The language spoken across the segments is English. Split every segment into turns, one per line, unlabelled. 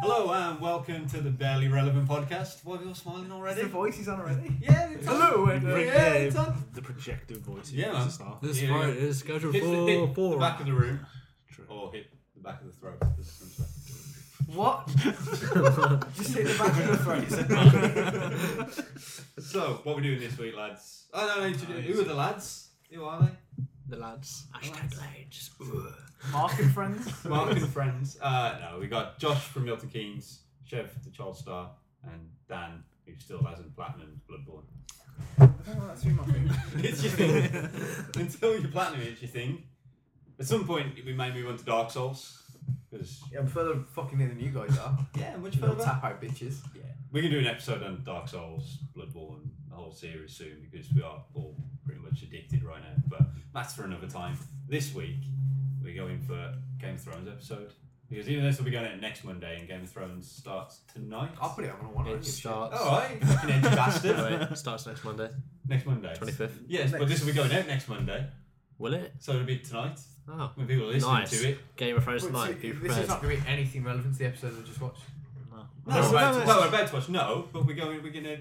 Hello and welcome to the Barely Relevant Podcast. Why are we all smiling already?
The voice he's on already.
yeah, it's on.
Hello, and, uh,
Yeah,
yeah.
it's on.
The projector voice.
Yeah,
Yeah,
man.
man. Start.
This
Here we
fight
go.
is scheduled
Hit, the, hit
for
the
four.
back of the room
True.
or hit the back of the throat.
What? Just hit the back of the throat. you said.
so, what are we doing this week, lads? Oh no, no, you should- who are the lads? Who are they?
The lads.
Hashtag
lads.
Mark and friends.
Mark and friends. Uh, no, we got Josh from Milton Keynes, Chev the Child Star, and Dan who still hasn't platinum Bloodborne.
Oh, that's been my thing.
it's your thing. Until you platinum, it, it's your thing. At some point, we may move on to Dark Souls because
Yeah, I'm further fucking here than you guys are.
yeah, much
You little
further.
tap out bitches.
Yeah, we can do an episode on Dark Souls, Bloodborne, the whole series soon because we are all pretty much addicted right now. But that's for another time. This week we're going for Game of Thrones episode because even though this will be going out next Monday and Game of Thrones starts tonight. Oh,
I'll put it on one. I don't
It
give a shit.
starts.
All right, fucking edgy bastard.
Alright, starts next Monday,
next Monday.
25th.
Yes, but this will be going out next Monday,
Will it?
so it'll be tonight
Oh,
when people are listening
nice.
to it.
Game of Thrones
Wait, so
tonight. Be
this
prepared.
is not going to be anything relevant to the episode I just watched.
No,
We're
we're
about
about,
to
to, well, we're about to watch. No, but we're going. We're going to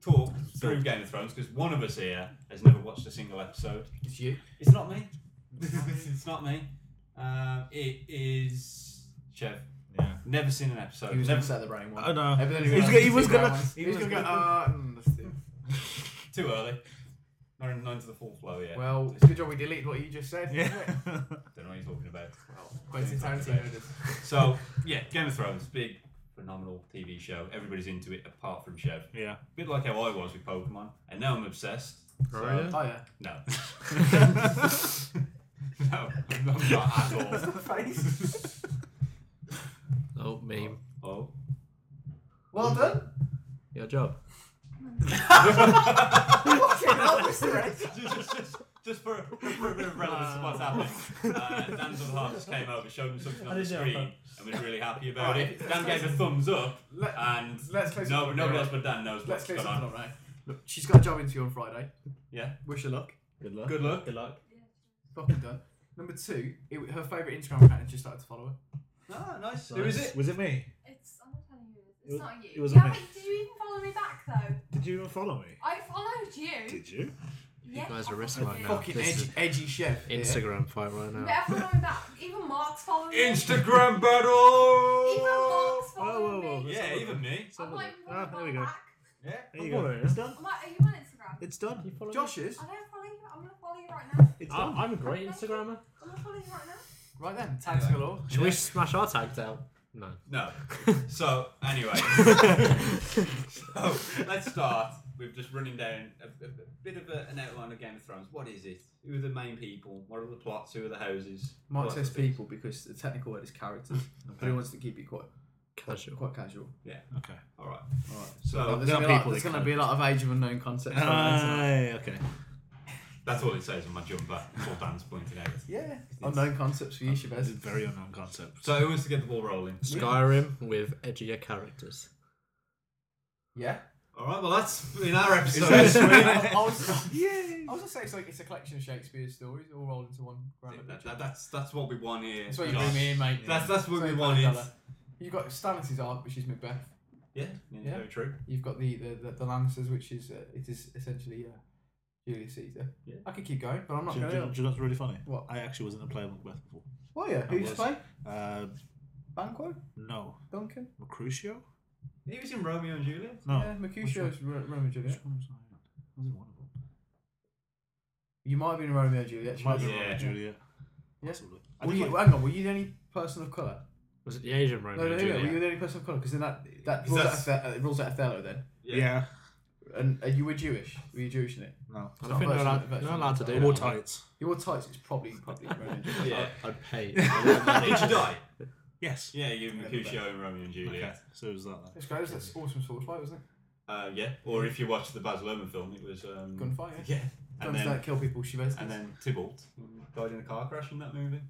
talk through Game of Thrones because one of us here has never watched a single episode.
It's you.
It's not me. it's not me. Um, it is Chev.
Yeah.
Never seen an episode.
He was going
never
to set the brain one.
I know.
Everything
He was
else
gonna-
is
he was
two
gonna-
rounds.
he
He
was
was going to go.
gonna-
Ah, mm, let's do it."
too early. Not in- not into the full flow yet.
Well,
Just
it's a good job we deleted what you just said.
Yeah.
isn't it?
don't know what you're talking about.
Well, Quentin Tarantino does.
So yeah, Game of Thrones, big phenomenal TV show. Everybody's into it apart from Chev.
yeah.
bit like how I was with Pokemon, and now I'm obsessed. So-
Are you?
Oh yeah.
No. no, I'm not at all.
Face.
Oh, meme.
Oh.
Well done.
Your job.
Oh.
Fucking hell, Mr. Ed.
just, just, just, just for, for a bit of relevance to what's happening, uh, Dan's other half just came over, showed him something on the screen, and was really happy about
Alright,
it.
let's
Dan gave a thumbs up,
Let-
and
Let's close.
no,
it.
nobody else but Dan knows
Let's
what's
close
going
it
on.
up now. Look, she's got a job interview on Friday.
Yeah.
Wish her luck.
Good luck.
Good luck.
Good luck.
Fucking done. Number two, it, her favourite Instagram account has just started to follow her.
Ah, nice. Who
Nice.
is it?
Was it me?
It's, I'm not telling you.
It
It's
was-
not you.
it was
yeah,
me.
but did you even follow me back though?
Did you even follow me?
I followed you.
Did you?
yeah,
guys
I
are risking
followed
right
you.
now.
Fucking
this
edgy,
is
edgy chef. here.
Instagram fight right
You
now.
better follow me back. Even Mark's following me.
Instagram battle!
Even Mark's
Whoa, whoa,
following
whoa.
me.
Yeah, even me.
I'm not even
Ah, there we
following Mark
go.
back.
Yeah.
There you
Don't
go.
worry.
It's done.
I'm like, are you on Instagram?
It's done.
Josh is.
I don't follow you. I'm gonna follow you right now.
It's
I-
done.
I'm a great Instagrammer.
I'm gonna follow you right now.
Right then, tags
Anyway.
galore.
Should we smash our tags out? No.
No. So, anyway. so, let's start with just running down a, a- a bit of a, an outline of Game of Thrones. What is it? Who are the main people? What are the plots? Who are the houses?
Mark
What-
says people because the technical word is characters, but he wants to keep it quite
Casual.
quite casual.
Okay.
All right.
All right.
So,
there's
there
gonna,
are
be a lot,
people
there's
that Ah.
gonna be a lot of age of unknown concepts. on there,
Aye, okay.
that's all it says on my jumper. That's all Dan's pointed out.
isn't it? yeah, unknown concepts for you,
That's a
Shabez.
very unknown concept.
So, who wants to get the ball rolling?
Skyrim with edgier characters.
Yeah.
All right, well, that's in our episode this
Is that-
week.
I
That-
was, I was gonna say it's like it's a collection of Shakespeare's stories all rolled into one grammar picture.
that- that's, that's what we want here.
That's what you
Josh.
bring me in, mate.
That's, that's what
Sorry,
we wanted.
Valentella. You've got Stannis's arc, which is Macbeth.
Yeah, yeah,
Yeah.
very true.
You've got the the, the, the Lancers, which is uh, it is essentially uh, Julius Caesar.
Yeah.
I could keep going, but I'm
Do,
not
you- do,
going.
you- do you know what's really funny?
What?
I actually wasn't a player of Macbeth before.
Oh yeah, who's
was.
play?
Uh,
Banquo,
no.
Duncan,
Mercutio?
He was in Romeo and Juliet.
No.
yeah, Mercutio's Ro- Romeo and
Which
Juliet.
one was I in? I was in one of them.
You might have been in Romeo and Juliet.
It might have been
Yeah.
Romeo and Juliet.
Yeah.
Possibly. I
Were
did
you,
like-
hang on, were you the only person of colour?
Was it the Asian Roman?
No, no, no, no, were
Juliet?
you the only person of colour? Because then that that
Is
rules out,
that-
Othello, it rules out Othello then.
yeah.
And, and you were Jewish. Were you Jewish in it?
No.
I
Not
don't think they're
virtually-
allowed, they're
virtually.
allowed to do
More
that.
tights.
Your tights is probably probably Romeo and Juliet.
Yeah.
I'd pay.
Did you die?
Yes.
Yeah, you and Mercutio and Romeo and Juliet.
Okay. So it was that then.
It's great. It was that awesome sword fight, wasn't it?
Uh, yeah, or if you watch the Baz Luhrmann film, it was um,
Gunfight. Yeah.
Yeah, and
Guns
then
don't kill people. She
and then Tybalt died in a car crash in that movie.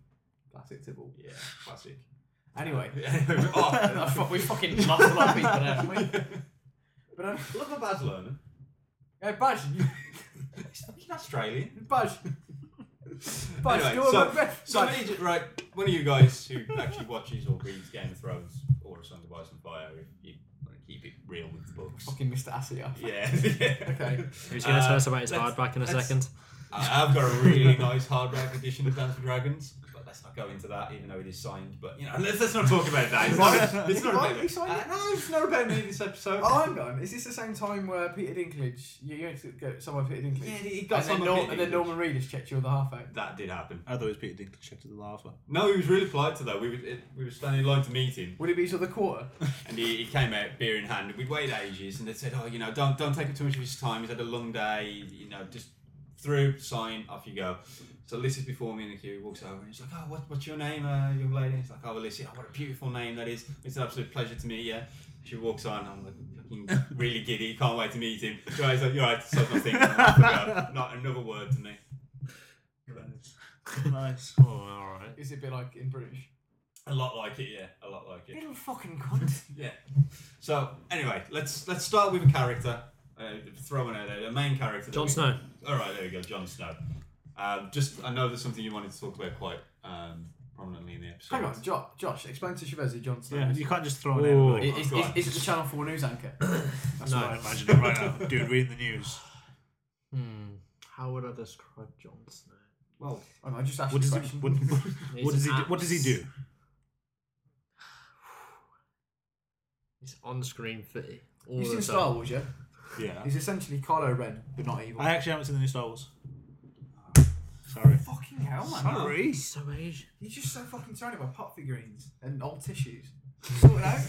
classic Tibble.
Yeah, classic.
Anyway,
oh,
we fucking lost a lot of people there, haven't we? But um,
look at Baz Luhrmann.
Hey, Baj, you-
He's fucking Australian.
Baj, Baj,
Anyway,
you're
so-
my best.
Somebody, ju- right, one of you guys who actually watches or reads Game of Thrones or A Song of Ice and Fire, if you want to keep it real with the books.
Fucking Mr. Assia.
Yeah, yeah.
Okay.
Who's going to tell us about his
let's-
hardback in a
let's-
second?
I- I've got a really nice hardback edition of Dance with Dragons, but let's not go into that, even though it is signed. But you know, let's, let's not talk about that. It's not, it's not
Why
about
have you signed
Uh,
it?
no, it's not about me this episode.
Oh, hang on. Is this the same time where Peter Dinklage, you, you went to go somewhere Peter Dinklage?
yeah, he got
and, then
some
Nor-
opinion.
and then Norman Reedus checked you on the half out.
That did happen.
I thought it was Peter Dinklage checked at the lava.
No, he was really polite to that. We were it, we were standing in line to meet him,
Would it be sort of the quarter?
and he, he came out beer in hand. We waited ages, and they said, "Oh, you know, don't don't take up too much of his time. He's had a long day. You know, just through sign off you go." So Alyssa's before me in the queue. He walks over and he's like, "Oh, what, what's your name, uh, young lady?" He's like, "Oh, Alyssa. Oh, what a beautiful name that is. It's an absolute pleasure to meet you." She walks on. I'm like, fucking really giddy. Can't wait to meet him. So he's like, "You're right." So nothing. Not another word to me.
nice.
Oh, all right.
Is it a bit like in British?
A lot like it, yeah. A lot like it.
Little fucking cunt.
Yeah. So anyway, let's let's start with a character. Uh, throw one out there. The main character. that
Jon
we-
Snow.
All right, there we go. Jon Snow. Um, just I know there's something you wanted to talk about quite um, prominently in the episode.
Hang on, Josh, Josh explain to Chavez who John Snow
Yeah,
is.
you can't just throw it
Ooh.
in. Like,
Is, is, is, is it the Channel 4 news anchor?
That's
No.
what I imagine it right now. Dude, reading the news.
Hmm. How would I describe Jon Snow?
Well, I, know, I just asked
What
you
does
a
he?
question.
What,
He's
what does he?
an
Do, what does he do?
axe. He's on screen fitty. All
He's
the
in
time.
Star Wars, yeah?
Yeah.
He's essentially Kylo Ren, but not evil.
I actually haven't seen the new Star Wars. Sorry.
fucking hell, man.
Sorry.
He's so Asian.
You're just so fucking surrounded by pop figurines and old tissues. Sort it out.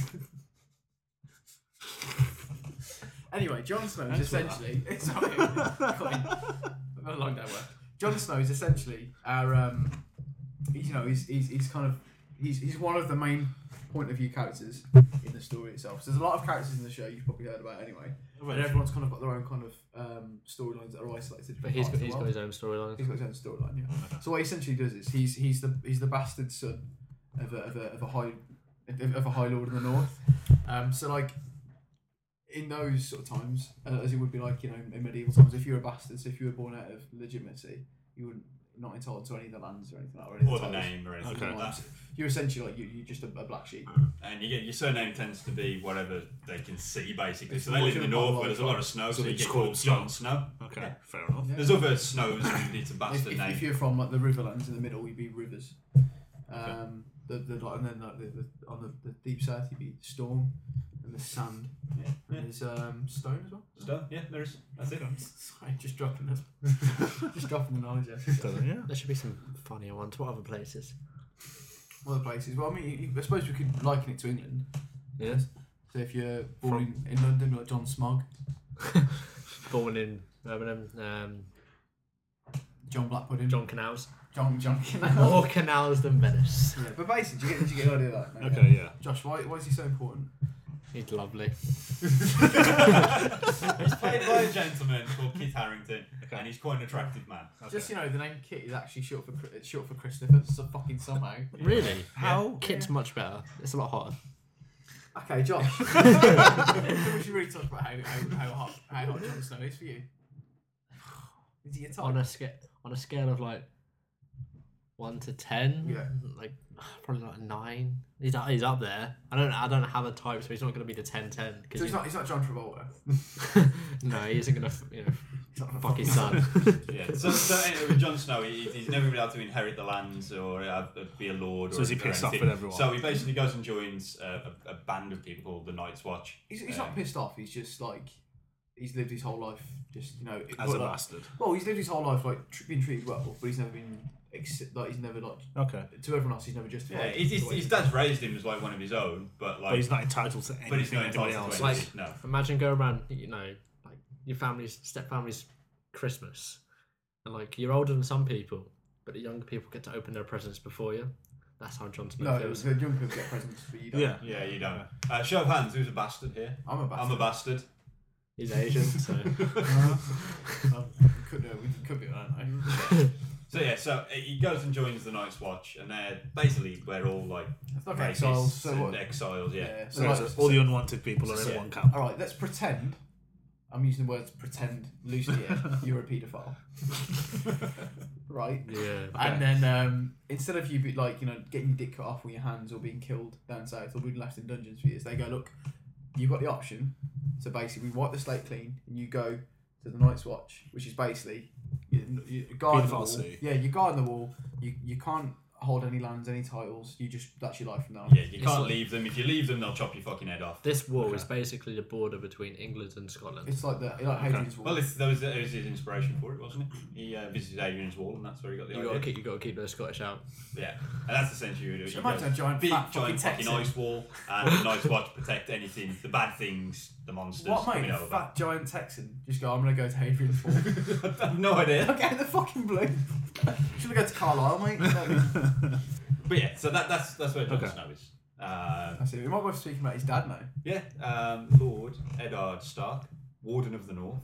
anyway, Jon Snow is essentially. Sorry, got in. I've had a long day at work. Jon Snow is essentially our. Um, he's, you know, he's, he's, he's kind of. He's, he's one of the main point of view characters in the story itself. So there's a lot of characters in the show you've probably heard about anyway. And everyone's kind of got their own kind of um, storylines that are isolated. from
But
parts
he's got,
of the
he's got
world.
his own Oh, storyline.
He's got his own storyline, yeah. So what he essentially does is he's he's the he's the bastard son of a of a, of a high of, of a high lord in the north. Um, so like in those sort of times, uh, as it would be like you know in medieval times, if you were a bastard, so if you were born out of legitimacy, you were not entitled to any of the lands or anything like that.
Or
any
the
of titles.
name or anything
Okay.
like that.
You're essentially like you you're just a, a black sheep.
And you get your surname tends to be whatever they can see basically.
It's
so they live in
watching
the
a lot
north
of
where there's a lot of snow, so,
So they
you get
just call
called
it
Jon Snow.
Okay,
Yeah.
fair enough.
Yeah.
There's other snows and it's a
If,
bastard
if,
name.
if you're from like the riverlands in the middle, you'd be rivers. Um, the, the like, and then like the, the, on the, the deep south, you'd be storm and the sand.
Yeah.
And there's um, stone as well.
Snow, yeah, there is. That's it.
Sorry, just dropping them. just dropping the knowledge. out.
Yeah.
There should be some funnier ones. What other places?
One of the places. Well, I mean, you- you, I suppose we could liken it to England.
Yes.
So if you're born in, in London, you're like John Smog,
Born in Birmingham. Um,
John Black Pudding,
John Oh. Canals.
John, John
More canals than Venice.
yeah, but basically, you get, you get the idea of that. mate.
Okay, yeah.
Josh, why, why is he so important?
He's lovely.
He's played by a gentleman called Kit Harrington, and he's quite an attractive man.
Just you know, the name Kit is actually short for Chri- it's short for Christopher. So fucking somehow.
Really?
How?
Kit's much better. It's a lot hotter.
Okay, Josh. we should really talk about how, how, how hot how hot Jon Snow is for you. Is he your type?
on a scale on a scale of like one to ten,
Yeah.
like probably like a nine. He's up, he's up there. I don't I don't have a type, so he's not gonna be the 10-10.
so
because
he's not he's not John Travolta.
no, he isn't gonna f- you know
He's not
fuck his son.
Yeah. So, so anyway, with Jon Snow, he, he's never been able to inherit the lands or uh, be a lord.
So
or
is he
anything-
pissed off
anything.
at everyone?
So he basically goes and joins uh, a, a band of people called the Night's Watch.
He's, he's not pissed off. He's just like he's lived his whole life. Just you know, it-
As a
like-
bastard.
Well, he's lived his whole life like tr- been treated well, but he's never been ex- like he's never like
Okay.
to everyone else. He's never justified.
Yeah, his, his,
the way
his
he-
dad's raised him as like one of his own, but like,
But he's not entitled to
but he's
anything
not
anybody
entitled
else.
to
Like-
anything, no.
Imagine go around, you know, like your family's step family's Christmas, and like you're older than some people, but the younger people get to open their presents before you. That's how John Smith
No, it was
feels.
the young people get presents, but you don't.
yeah.
Yeah, you don't. Uh, show of hands, who's a bastard here?
I'm a
I'm a
bastard.
bastard.
He's Asian, so
could, uh, we could be, I don't know.
So yeah, so uh, he goes and joins the Night's Watch, and they're basically we're all like
It's not
rapists
exiles, so
and
what?
exiles. Yeah.
Yeah, so
So,
like-
so all the unwanted people are in
Yeah.
one camp.
All right, let's pretend I'm using the words pretend loosely. here, You're a paedophile, right?
Yeah.
And then um, instead of you be like you know getting your dick cut off with your hands or being killed down south or being left in dungeons for years, they go look, you've got the option. So basically, we wipe the slate clean, and you go to the Night's Watch, which is basically you, you guard the
Pedophile
wall.
sea.
Yeah, you guard the wall. You you can't hold any lands, any titles. You just that's your life from now. on.
Yeah, you
It's
can't
like-
leave them. If you leave them, they'll chop your fucking head off.
This wall is basically the border between England and Scotland.
It's like the like Hadrian's Wall.
Well, it's, that, was, that was his inspiration for it, wasn't it? He uh, visited Adrian's Wall, and that's where he got the
You
idea.
gotta keep, you gotta keep those Scottish out.
Yeah, and that's essentially what you do. You
Imagine
go
a giant
big,
fat fucking
giant fucking
Texan.
ice wall, and a nice watch to protect anything, the bad things, the monsters
What made
coming
a
over.
fat giant Texan just go? I'm gonna go to Hadrian's Wall.
I have no idea.
okay, the fucking blue. Should we go to Carlisle, mate? No.
But yeah, so that, that's that's where Jon
Okay.
Snow is. Uh,
I see. We might be speaking about his dad now.
yeah, um, Lord Eddard Stark, Warden of the North.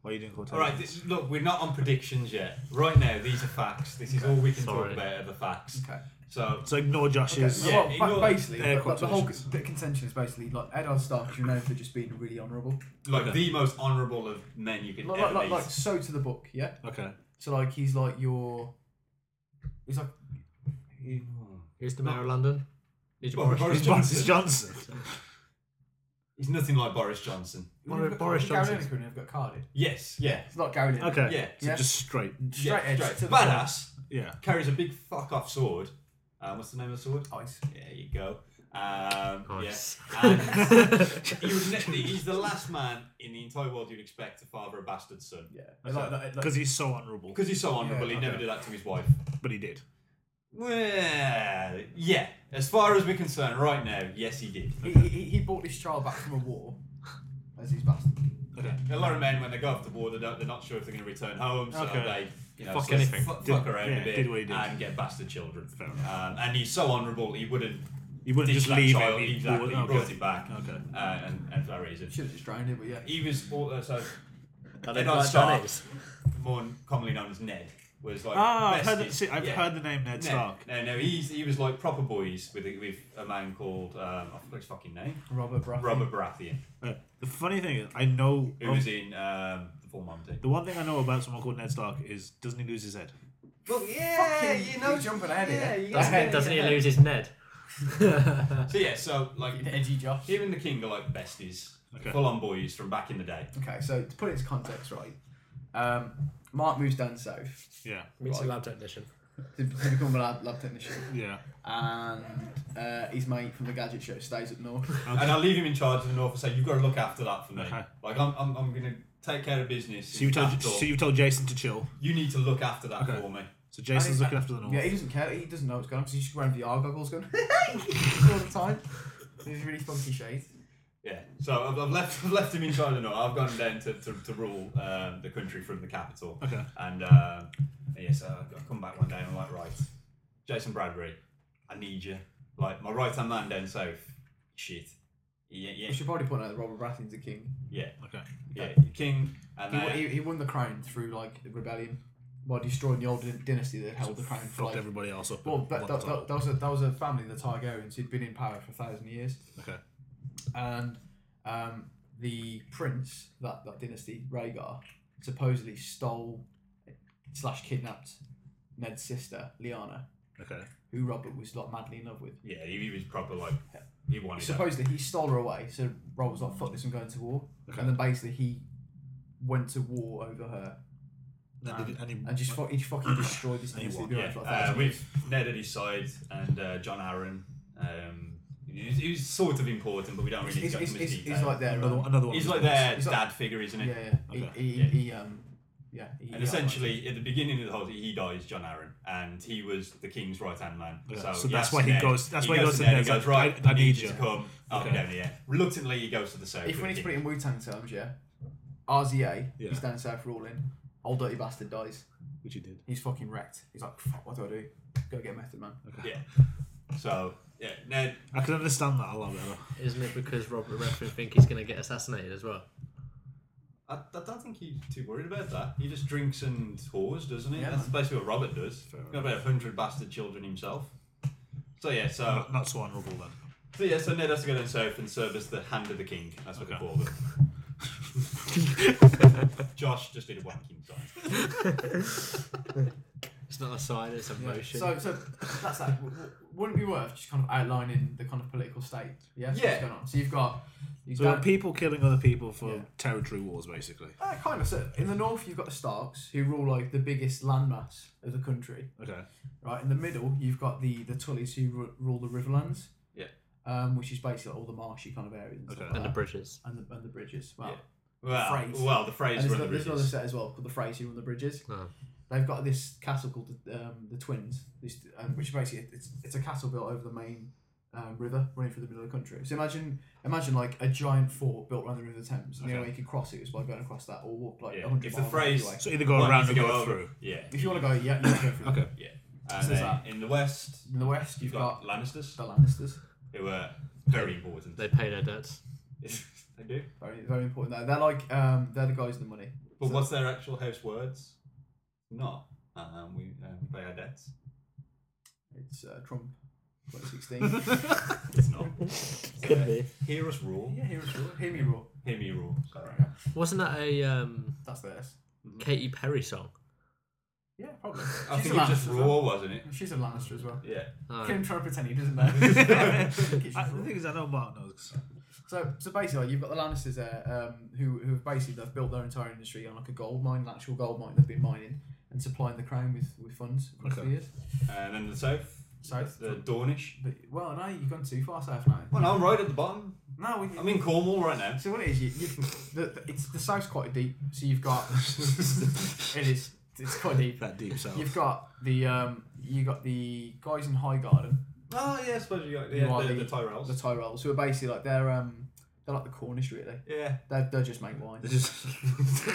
Why are you doing
All right,
quotations?
this, look, we're not on predictions yet. Right now, these are facts. This is all we can
Sorry.
talk about are the facts.
Okay.
So
So ignore Josh's.
Yeah,
well,
ignore
ba- basically,
air
the, the- the whole
quotations.
con- the contention is basically like Eddard Stark is known for just being really honourable,
like
Okay.
the most honourable of men you could
like
ever
like, like,
meet.
like so to the book, yeah.
Okay.
So like he's like your, he's like, he,
Here's the mayor of London. He's
Well,
Boris.
Boris
Boris
Johnson.
Johnson. Johnson.
He's nothing like Boris Johnson.
Boris-
We've got-
Boris
Gary
Johnson.
Lineker and I've got carded.
Yes, yeah,
It's not Gary Lineker.
Okay.
Yeah.
So
Yeah.
just straight.
Straight
yeah,
edge. To the
Badass
Yeah.
carries a big fuck off sword. Uh, what's the name of the sword?
point. Ice.
There you go. Um,
Nice.
Yeah. And you would ne- he's the last man in the entire world you'd expect to father a bastard son.
Yeah. Like, like, like,
Because he's so honourable.
Because he's so honourable,
Yeah,
he'd never
okay.
do that to his wife.
But he did.
Well, yeah. As far as we're concerned, right now, yes, he did.
he, he, he bought his child back from a war as his bastard.
A lot of men, when they go off the war, they don't, they're not sure if they're going to return home, so
Okay.
they you know,
Fuck
sort of
anything.
fu-
Did-
fuck around
yeah,
a bit
did what he did.
and get bastard children.
Fair enough.
Um, and he's so honourable, he wouldn't
He wouldn't
ditch
just
that
leave
child.
him. He
Exactly,
would- oh,
he brought
okay.
him back,
Okay.
uh, and, and for that reason.
Should have just drowned him, but yeah.
He was all, uh, so
That
Eddard Stark.
is.
more commonly known as Ned, was like
Ah, I've
best
heard,
in-
that, see, I've
yeah.
heard the name Ned
No,
Stark.
No, no, he's he was like proper boys with a, with a man called um, I forgot his fucking name,
Robert Baratheon.
Robert Baratheon,
Uh, the funny thing is, I know.
who was in um, the Full Monty.
The one thing I know about someone called Ned Stark is doesn't he lose his head?
Well,
Fucking- you're jumping ahead here.
Doesn't, he- doesn't he lose his Ned?
So yeah, so like
Edgy Josh.
him and the king are like besties,
Okay.
full on boys from back in the day.
Okay, so to put it into context, right? Um, Mark moves down south
Yeah.
Meets a
Right.
lab technician.
to, to become a lab, lab technician,
Yeah.
and uh, his mate from the Gadget Show stays up north.
And I'll leave him in charge of the north and say, You've got to look after that for me.
Okay.
Like I'm, I'm, I'm gonna take care of business.
So you told
capital.
so you told Jason to chill.
You need to look after that
Okay.
for me.
So Jason's looking after the north.
Yeah, he doesn't care. He doesn't know what's going on because he's just wearing VR goggles, going all the time. He's really funky shade.
Yeah. So I've, I've left I've left him in charge of the north. I've gone down to, to, to rule um, the country from the capital.
Okay.
And um, yes, uh, I come back one day and I'm like, right, Jason Bradbury, I need you. Like my right hand man down south, shit. Yeah,
We
yeah,
should probably point out that Robert Baratheon's a king.
yeah,
Okay.
yeah. King and
He,
uh,
wa- he, he won the crown through like the rebellion by destroying the old dyn- dynasty that held the crown for
Fucked
like.
everybody else up.
Well,
and
that, that,
won the
that,
title.
that was a that was a family, the Targaryens, who'd been in power for a thousand years.
Okay.
and um, the prince that that dynasty Rhaegar supposedly stole slash kidnapped Ned's sister Lyanna,
Okay.
who Robert was like madly in love with.
yeah, he, he was proper like he
Oh,
wanted. that.
Supposedly he stole her away, so Robert was like, "Fuck this, I'm going to war," and then basically he went to war over her
And, then did- and he,
and just fu- he fucking destroyed this
And he
dynasty.
won,
that had been
Yeah,
around for like a
uh,
thousand years.
with Ned at his side and uh, John Aaron. Um, he was, he was sort of important, but we don't really
It's,
go
it's,
into much
it's,
detail.
it's like their
another one. Another one.
uh, he's
of
like
his
their
He's like-
dad figure, isn't
yeah,
he?
yeah.
Okay.
He, he,
Yeah.
he um yeah. He,
And
he
essentially, at the beginning of the whole, he dies, John Aaron, and he was the king's right hand man.
Yeah,
So,
so
he
that's
asks
why he
Ned-
goes- that's
he
why he
goes
goes to
Ned,
Ned,
He goes
like,
right.
I-
I, need you to
yeah.
come up
Okay.
down here. Reluctantly, he goes to the south.
If we
with the
need to put it
king.
in Wu Tang terms, yeah. RZA,
Yeah.
he's down south ruling. Old dirty bastard dies.
life, Which he did.
He's fucking wrecked. He's like, fuck, what do I do? Go get Method Man.
so yeah, Ned.
I can understand that a lot better.
Oh.
Isn't it because Robert Redford think he's going to get assassinated as well?
I, I don't think he's too worried about that. He just drinks and whores, doesn't he?
Yeah,
That's basically what Robert does.
Fair
He's got about hundred bastard children himself. So yeah, so
Not, not so honourable then.
So yeah, so Ned has to go down south and serve as the hand of the king. That's what
Okay.
they call them. Josh just did a wanking sign.
it's not a sign, it's a
Yeah.
motion.
So, so that's that. W- w- Wouldn't it be worth just kind of outlining the kind of political state? Yeah. that's
Yeah.
What's going on? So you've got. You've
So
got
like, people killing other people for
Yeah.
territory wars, basically.
uh, kind of. So in the north, you've got the Starks, who rule like the biggest landmass of the country.
Okay.
Right in the middle, you've got the the Tullys, who ru- rule the Riverlands.
Yeah.
Um, which is basically all the marshy kind of areas. And, stuff
Okay.
like
and the
that.
bridges.
and the and the bridges. Well,
Yeah. Well,
Phrase.
well, the
and
phrase
there's,
run
another,
the
there's another
bridges. Ah.
set as well called the Freys who run the bridges.
Oh.
They've got this castle called the, um, the Twins, this, um, which is basically it's, it's a castle built over the main um, river running through the middle of the country. So imagine imagine like a giant fort built around the River Thames, and the
Okay.
only way you could cross it is by going across that or walk like
Yeah.
100
If the
miles
phrase-
Away.
So either go
One
around
needs
or
to
go,
over.
through.
Yeah.
If you want to go, yeah, you have to go through.
Okay.
And
So there's
then in the west,
In the west,
you've
you've got
got Lannisters,
the Lannisters.
who were very important.
They pay their debts.
they do.
Very very important. Though. They're like um, they're the guys with the money.
But
So-
what's their actual house words? Not. Um, we uh, pay our debts.
It's uh, Trump, 2016.
It's not.
Could be.
Hear us rule.
yeah, hear us roar. Hear me roar.
Hear me rule. Sorry.
Wasn't that a um,
That's theirs.
Katy Perry song?
Yeah, probably.
I
She's
think
a
it was just
Lannister as well.
raw, wasn't it?
She's a Lannister as well.
Yeah.
No.
Kim trying to pretend he doesn't know. She's
I,
raw.
the thing is, I know Mark knows.
so, so basically, you've got the Lannisters there, um, who who have basically they've built their entire industry on like a gold mine, an actual gold mine they've been mining and supplying the crown with with funds for
Okay.
years.
And then the south.
South.
The Dornish.
But well, no, you've gone too far south now.
Well, no, I'm right at the bottom.
No, we,
I'm in Cornwall right now.
so what it is? You, you, the, the, it's the south's quite deep. So you've got it is it's quite deep.
That deep south.
You've got the um, you got the guys in High Garden,
Oh, yeah, I suppose you got
You
yeah,
are
the,
the-
the Tyrells.
the Tyrells, who are basically like they're um they're like the Cornish really.
yeah.
They they just make wine.
This is-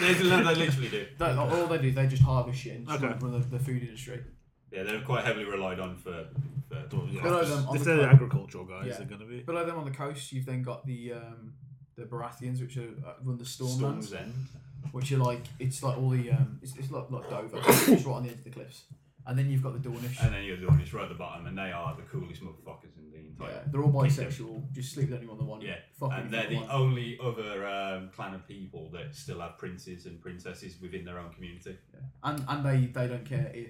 they, they literally do.
They, like, all they do they just harvest shit and just
Okay.
run the, the food industry.
Yeah, they're quite heavily relied on for. for
yeah.
Below them um, on
If
the
they're the
coast-
agricultural guys,
Yeah.
they're going to be.
Below them on the coast, you've then got the um the Baratheons, which are uh, run the Stormlands,
Storm's End.
which are like it's like all the um it's, it's like like Dover, it's right on the edge of the cliffs. And then you've got the Dornish.
And then you got the Dornish right at the bottom, and they are the coolest motherfuckers in the
Yeah,
entire.
they're all bisexual. Just sleep with anyone they want.
Yeah.
Fuck
And
anyone
they're
they
the
want.
only other um, clan of people that still have princes and princesses within their own community.
and and they, they don't care if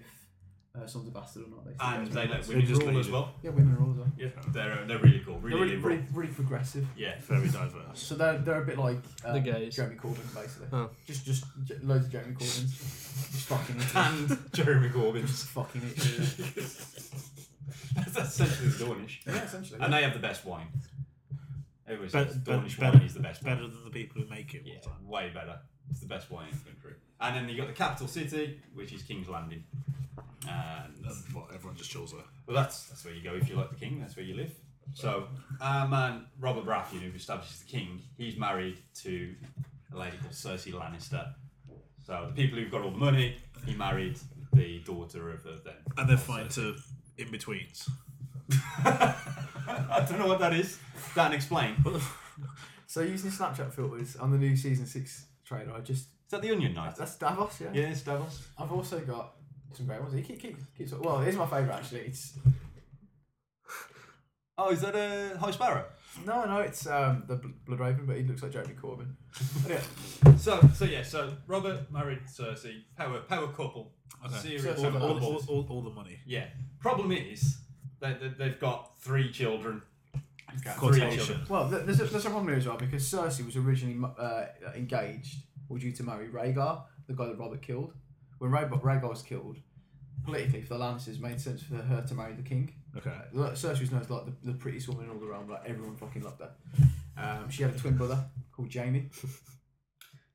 uh, someone's a bastard or not. They
And they let
So
women just
they're
play
all
as well.
yeah, women are all. the-
Yeah, they're, uh, they're really cool, really
They're really,
liberal.
really, really progressive.
Yeah,
Very diverse.
So they're, they're a bit like um,
The gays.
Jeremy Corbyn, basically.
Oh.
Just just j- loads of Jeremy Corbyns. just fucking it.
and Jeremy Corbyn's.
Just fucking it.
That's essentially the Dornish.
yeah, essentially.
And they have the best wine. Everyone
Be-
says
be-
Dornish
better-
wine is the best
Better
wine.
than the people who make it. all
Yeah,
the time.
way better. It's the best wine in the country. And then you got the capital city, which is King's Landing. And
And what, everyone just chills there.
Well, that's that's where you go if you like the king. That's where you live. So, our man Robert Baratheon, who establishes the king, he's married to a lady called Cersei Lannister. So the people who've got all the money, he married the daughter of, of them.
And they're fine to in betweens.
I don't know what that is. That explain. Is
so using Snapchat filters on the new season six trailer, I just
that the Onion Knight?
that's Davos. Yeah.
Yeah, it's Davos.
I've also got some great ones. You keep keep keep. Well, here's my favourite actually. It's
Oh, is that a High Sparrow?
no no it's um the Bl- Blood Raven, but he looks like Jeremy Corbyn. Anyway,
So, so yeah, so Robert married Cersei, power power couple,
Okay.
serious
So- so
power
the-
All,
couple.
all, all, all the money.
Yeah. Problem is that that they've got three children. Three
Quotation.
children.
Well, th- there's a, there's a problem here as well because Cersei was originally mu- uh, engaged or due to marry Rhaegar, the guy that Robert killed. When Rha- Rhaegar was killed, politically for the Lannisters, it made sense for her to marry the king.
Okay.
Uh, look, Cersei was known as like the, the prettiest woman in all the realm, like everyone fucking loved her. Um, she had a twin brother called Jamie.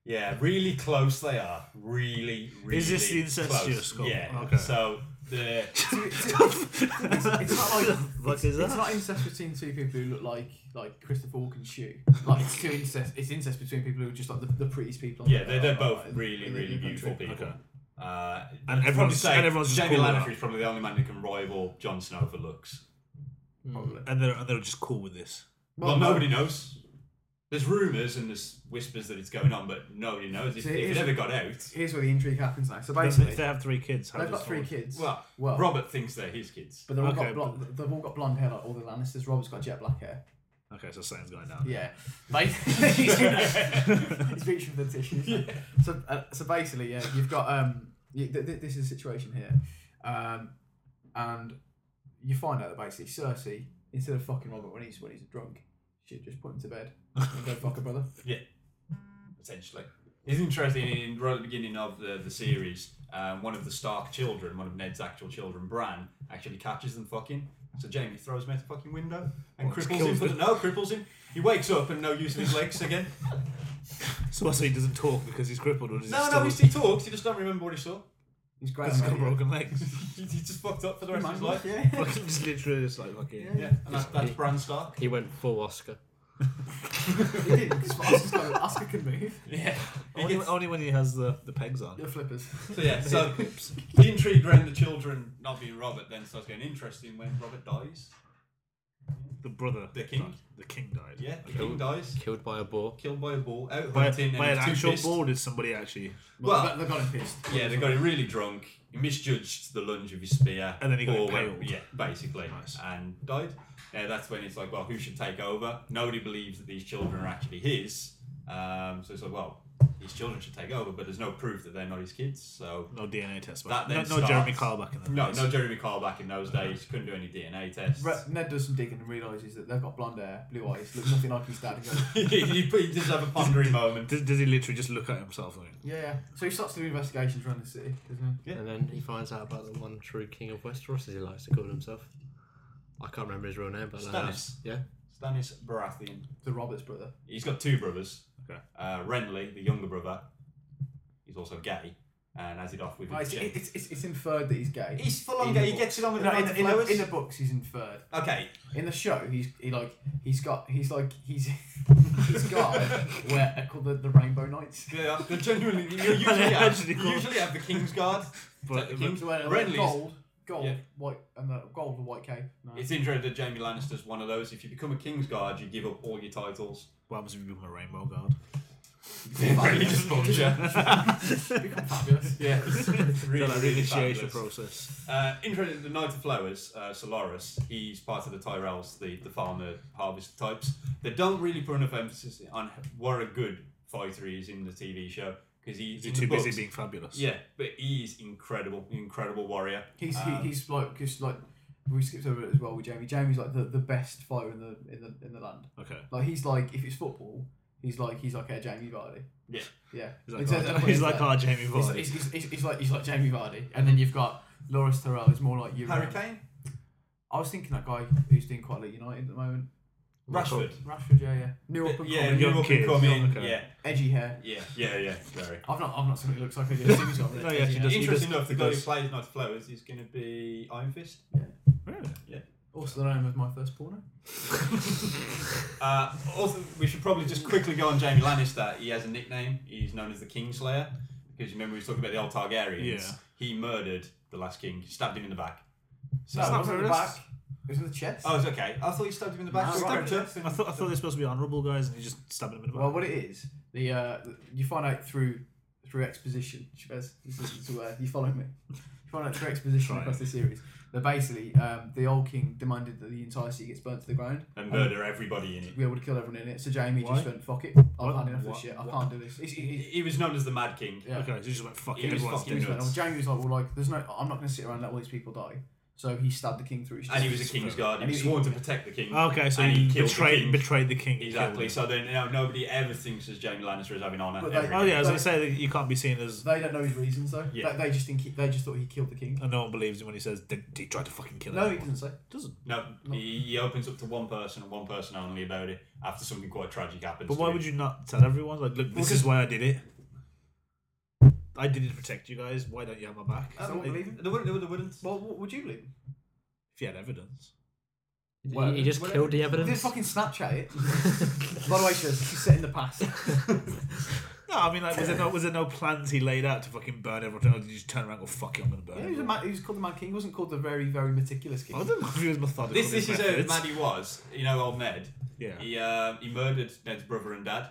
Yeah, really close they are. Really, really
Is this the
close.
incestuous couple?
Yeah.
Okay.
So the
It's, it's not like
What
it's,
is
it's
that?
not incest between two people who look like like Christopher Walken shoe. Like it's two incest. It's incest between people who are just like the, the prettiest people. on
yeah,
the-
they're, they're
like,
both
like, in-
really,
in the
really
country.
beautiful people.
Okay.
Uh,
And
I'd
everyone's-
probably say
and everyone's just
Jamie
cool with
Lannister
that.
is probably the only man who can rival Jon Snow for looks.
Probably.
And they're, and they're just cool with this.
Well, nobody knows. There's rumours and there's whispers that it's going on, but nobody knows. If,
So it
if it
is-
never got out,
Here's where the intrigue happens now. So
Basically,
basically,
if they have three kids, how
they've
does
got three
one-
kids.
well,
well,
Robert thinks they're his kids.
but they've all
Okay,
got blonde, they've all got blonde hair like all the Lannisters. Rob's got jet black hair.
Okay, so something's going down.
Yeah. Basically, he's reaching for the tissues. So, uh, so basically, yeah, you've got um, you, th- th- this is a situation here, um, and you find out that basically Cersei, instead of fucking Robert when he's when he's drunk, she just put him to bed and go fuck her brother.
essentially. It's interesting. In right at the beginning of the, the series, um, one of the Stark children, one of Ned's actual children, Bran, actually catches them fucking. So Jamie throws him out the fucking window and
Well, just
cripples him.
kills
For,
him.
no, cripples him. He wakes up and no use of his legs again.
So what, so he doesn't talk because he's crippled, or does
no,
he
no,
still...
he, he talks. He just don't remember what he saw.
He's great.
because he's
at
got
radio.
broken legs.
He's just fucked up for the rest of his life.
Reminds me,
Yeah,
yeah.
Fucking just literally just like fucking.
and that's, that's Bran Stark.
He went full Oscar.
He did, 'cause Oscar's got- Oscar can move.
Yeah. He
Only,
gets-
only when he has the, the pegs on.
Your flippers.
so yeah, so the intrigue around the children not being Robert then starts getting interesting when Robert dies.
The brother.
The king.
The king died.
Yeah, the
Okay.
king dies,
Killed by a boar.
killed by a ball, out
By,
hunting, and
by an
he's too
actual
pissed.
ball did somebody actually.
Well-
they got- they got him pissed.
Yeah, they got him really drunk. He misjudged the lunge of his spear,
And then he got
or-
impaled.
Yeah, basically,
Nice.
and died. Yeah, that's when it's like, well, who should take over? Nobody believes that these children are actually his. Um, so it's like, well, these children should take over, but there's no proof that they're not his kids. So
No DNA test.
That
But no,
then
no Jeremy
starts-
Carl back in the
no, no Jeremy Carl back in those days couldn't do any DNA tests.
Re- Ned does some digging and realises that they've got blonde hair, blue eyes, look nothing like his dad, and goes,
he, he he does have a pondering moment.
Does, does he literally just look at himself? Like,
yeah, yeah. So he starts to do investigations around the city, doesn't he?
Yeah.
And then he finds out about the one true king of Westeros, as he likes to call himself. I can't remember his real name, but I know that's-
Stannis.
Yeah.
Stannis Baratheon.
The Roberts brother.
He's got two brothers.
Okay.
Uh, Renly, the younger brother, he's also gay, and has it off with
Right,
his
it's,
chick.
it's, it's, it's inferred that he's gay.
He's full on
In the
gay. He
book.
gets it on with
No,
the
in,
Red
in the,
Flowers.
in the books, he's inferred.
Okay.
In the show, he's he like he's got he's like he's he's got where are called the, the Rainbow Knights.
They are- They're uh, genuinely. You usually have,
Actually
you
cool.
usually have the King's Guard.
but,
the
but-
king-
He's wearing a
Renly's-
gold, gold,
yeah.
white, and the gold and white cape. No.
It's interesting that Jamie Lannister's one of those. If you become a King's Guard, you give up all your titles.
what happens if you become a rainbow guard?
really just bums you.
become fabulous.
Yeah. It's really,
Like the
really
initiation
fabulous.
process.
Uh, interesting, the Knight of Flowers, uh, Solaris, he's part of the Tyrells, the, the farmer harvest types. They don't really put enough emphasis on what a good fighter he is in the TV show because he's
Is he too busy being fabulous?
Yeah, but he's incredible, incredible warrior.
He's
Um,
he, he's like just like we skipped over it as well with Jamie. Jamie's like the, the best fighter in the in the in the land.
Okay.
Like he's like if it's football, he's like he's like a Jamie Vardy.
Yeah.
Yeah.
He's like,
It's-
our-
it's-
he's like our Jamie
He's,
Vardy.
he's, he's, he's, he's like he's like Jamie Vardy, and then you've got Loris Terrell. Is more like you.
Harry Kane?
I was thinking that guy who's doing quite a lot at United at the moment.
Rashford.
Rashford, yeah, yeah. New up and
Yeah,
coming,
young
new up and
kids.
coming.
Okay.
Yeah,
edgy hair.
yeah, yeah, yeah. Very.
I've not I've not seen what he looks like. I've just seen he's got
No, he
edgy
actually
hair.
does.
Interesting enough, the
he
guy who
does.
plays Knight of Flowers is going to be Iron Fist.
Really?
Also known as my first porno.
Uh, also, we should probably just quickly go on Jamie Lannister. He has a nickname. He's known as the Kingslayer because you remember we were talking about the old Targaryens.
Yeah.
He murdered the last king, stabbed him in the back. So
No, it
not
wasn't the
very
back.
nice.
It was in the chest.
oh, it's okay. I thought he stabbed him in the back.
No,
Right.
stabbed him.
I thought I thought they were supposed to be honourable guys, and he's just stabbing them in the back.
Well, what it is, the uh, you find out through through exposition. Shabazz, this is the word. You follow me? You find out through exposition
Try
across
it.
the series that basically um, the old king demanded that the entire city gets burnt to the ground.
and murder everybody in it.
We able to kill everyone in it. So Jamie
Why?
just went, "Fuck it, I've
What?
had enough of
What?
this shit. I
What?
can't do this." It's, it,
He
it,
he was known as the Mad King.
yeah.
Okay, so he's just like fuck
He
it,
was
everyone's
fucking
doing
Jamie
nuts.
it.
was like, "Well, like, there's no. I'm not going to sit around and let all these people die." So he stabbed the king through his chest.
And he was a king's guard. He
And
was
he-
sworn to protect the king.
Okay, so
And he
he
killed the
betrayed
king.
betrayed the king. and killed
Exactly.
him.
So then you know, nobody ever thinks as Jamie Lannister is having honour.
But they-
ever
Oh yeah, I was
again.
gonna say that you can't be seen as
They don't know his reasons though.
Yeah.
They, they just think he, they just thought he killed the king.
and no one believes him when he says "Did- he tried to fucking kill
No, he
everyone."
doesn't say.
doesn't.
No, he, he opens up to one person and one person only about it after something quite tragic happens.
But
to
why
him.
would you not tell everyone? Like, look, this
Well,
is why I did it. I did it to protect you guys. Why don't you have my back?
Uh,
I don't believe him.
They wouldn't. They wouldn't.
Well, what would you do?
If you had evidence.
He-
Well,
he just
well,
killed the
Did
evidence.
fucking Snapchat it? By the way, Shiz, she's set in the past.
No, I mean, like, was there no was there no plans he laid out to fucking burn everyone? down? Or did you just turn around and go fuck it? I'm gonna burn.
Yeah, he was, a
everyone?
man, he was called the Mad King. He wasn't called the very, very meticulous king.
I don't know if he was methodical.
This,
in his
this is
methods.
how mad he was. You know, old Ned.
Yeah.
He um, he murdered Ned's brother and dad.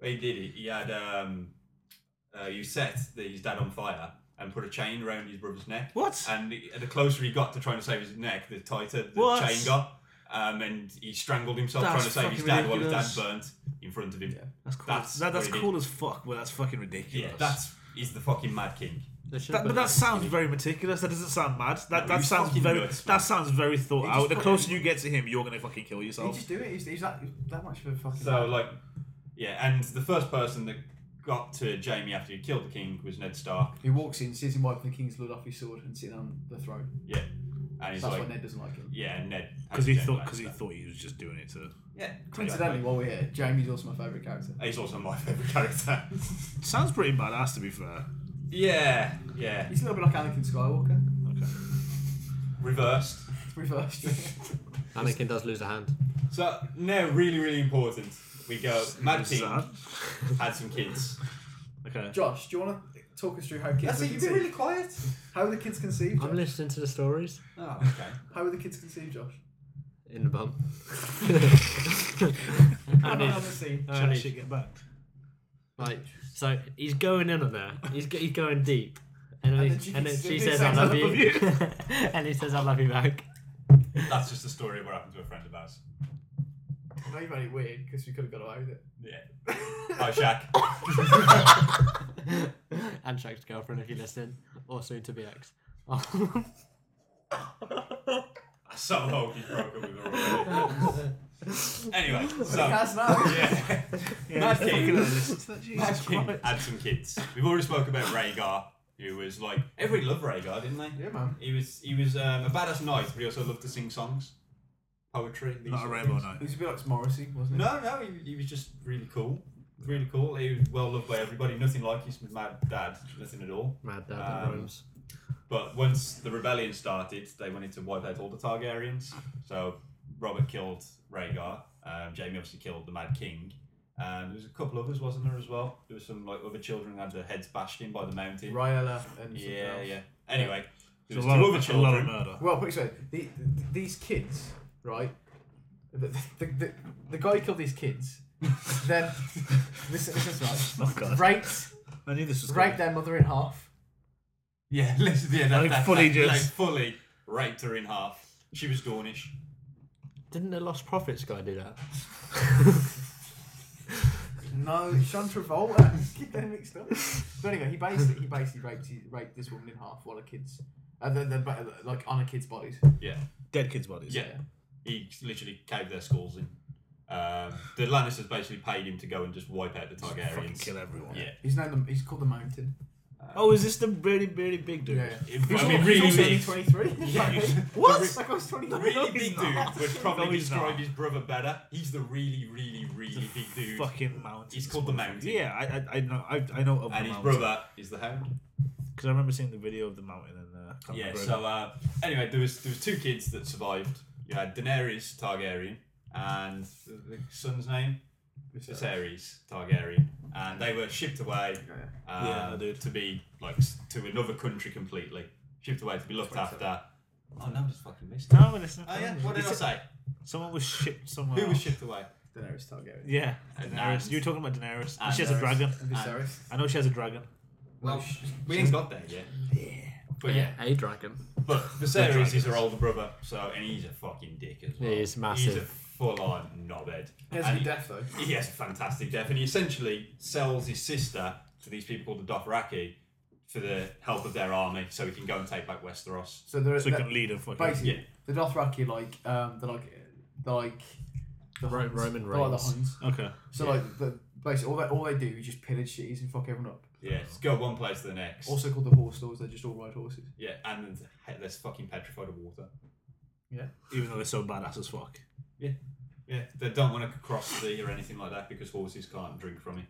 He did it. He had um, uh, you set the, his dad on fire and put a chain around his brother's neck.
What?
And the, the closer he got to trying to save his neck, the tighter the
What?
chain got. um, and he strangled himself
That's
trying to save his
fucking
dad while his dad
ridiculous.
burnt in front of him.
Yeah.
That's cool.
That's
that, that's
what he
cool as fuck, but that's fucking
Yeah,
ridiculous.
that's he's the fucking Mad King.
They should
That,
put
but that
in-
sounds very meticulous. That doesn't sound mad. That,
No,
that
he's
sounds
fucking
very
nuts, man.
that sounds very thought
He just
out. The
put
closer
it-
you get to him, you're gonna fucking kill
Did he
yourself.
just do it? He's, he's that, that much of a fucking.
So like, yeah, and the first person that got to Jamie after he killed the king was Ned Stark,
he walks in, sees him wiping the king's blood off his sword and sitting on the throne.
and he's
That's
like,
why Ned doesn't like him.
yeah, and Ned
Because he
hated Jamie
thought
like
because he
that.
thought he was just doing it to.
yeah,
Coincidentally, while we're here, Jamie's also my favourite character.
he's also my favorite character.
Sounds pretty badass to be fair.
yeah, yeah,
He's a little bit like Anakin Skywalker.
Okay.
reversed.
It's reversed.
Anakin does lose a hand.
So now, really, really important. We go. Mad King
Sad.
had some kids.
Okay.
Josh, do you want to talk us through how kids
That's
were
it. You've been
conceived?
really quiet.
How were the kids conceived?
I'm
Josh?
listening to the stories
Oh, okay.
How were the kids conceived, Josh?
in the bum.
How
Only-
about the scene?
Uh,
Chat shit get back.
like, so he's going in on her. He's, go- he's going deep. And,
And
then,
then
he-
she
and then
keeps
she
doing
says,
things
I
like,
love
"I
you.
love
and he says, I love you back.
That's just a story of what happened to a friend of ours.
I know you made it weird because we could have got away with it.
Yeah. Hi, Shaq.
and Shaq's girlfriend, if you're listening, or soon to be ex.
So hokey broken with her already. Anyway,
So,
so yeah,
Yeah,
Mad
fucking
King.
listen to that,
Mad
Jesus
King
Christ.
had some kids. We've already spoke about Rhaegar, who was like everybody loved Rhaegar, didn't they?
Yeah, man.
He was he was um, a badass knight, but he also loved to sing songs, poetry. These
Not a
sort of
rainbow
things.
no.
It was a bit like Morrissey, wasn't it?
No, no, he, he was just really cool. Really cool. He was well loved by everybody. Nothing like his mad dad. Nothing at all.
Mad dad
that
um,
Um, rhymes. But once the rebellion started, they wanted to wipe out all the Targaryens. So Robert killed Rhaegar. Um, Jamie obviously killed the Mad King. Um, there was a couple others, wasn't there, as well? There was some like other children who had their heads bashed in by the mountain.
Rayella and something
Yeah,
else.
yeah. Anyway, there was
There's
two
a
other
lot, of, a lot of
children.
murder.
Well, put it this way, the, the, these kids, right? The, the, the, the guy who killed these kids, then listen, listen to
Oh
that.
god.
Raped,
I knew this was
raped
coming.
their mother in half.
Yeah, listen, yeah, that,
Like
that,
fully
that-
just-
like fully raped her in half. She was Dornish.
Didn't the Lost Prophets guy do that?
No, Sean Travolta. Get them mixed up. But anyway, he basically he basically raped he raped this woman in half while the kids, uh, the, the, like on a kid's bodies.
Yeah.
dead kids' bodies.
Yeah. He literally caved their skulls in. Um, the Lannisters basically paid him to go and just wipe out the
Just fucking
Targaryens.
kill everyone.
Yeah.
He's named the, he's called the Mountain.
Oh, is this the really, really big dude?
Yeah.
If- I
He's
mean,
al-
really,
he's
really-
twenty three.
Yeah, he's-
what?
the re-
That guy's twenty
The
three.
really
No,
big
he's not.
dude would probably
No, he's
describe
not.
his brother better. He's the really, really, really big dude.
Fucking mountain.
He's called the Mountain.
Yeah, I, I, I know, I, I know
And
of the
his
mountain
brother is the Hound.
because I remember seeing the video of the mountain and uh, can't
Yeah.
remember
So uh, anyway, there was there was two kids that survived. You had Daenerys Targaryen and the, the son's name Viserys Targaryen, and they were shipped away um,
Yeah, dude.
to be like s- to another country completely. Shipped away to be looked after. Oh no, I just fucking missed.
it.
it.
No, it's not.
Oh yeah, what did I
It's-
say?
Someone was shipped somewhere.
Who was
else.
shipped away?
Daenerys Targaryen.
Yeah,
And-
Daenerys.
and-
you were talking about Daenerys.
and
she has a
Ah, Daenerys.
dragon.
And Viserys.
I know she has a dragon.
Well, we ain't got there yet.
Yeah.
But Oh, yeah,
a dragon.
But Viserys is her older brother, so and he's a fucking dick as well.
He is
He's a
massive.
full on knobhead.
There's
And
the death though.
he, he has a fantastic death, and he essentially sells his sister to these people called the Dothraki for the help of their army, so he can go and take back Westeros.
So there.
So we
there-
can lead a fucking.
basically the Dothraki like um they're like they're like the
Ro-
Huns.
Roman
They're like the
reigns.
Huns.
Okay.
So like the, basically all they all they do is just pillage cities and fuck everyone up.
Yeah, just go one place to the next.
Also called the horse lords. They just all ride horses.
yeah, and they're fucking petrified of water.
Even though they're so badass as fuck.
Yeah, they don't want to cross the sea or anything like that because horses can't drink from it.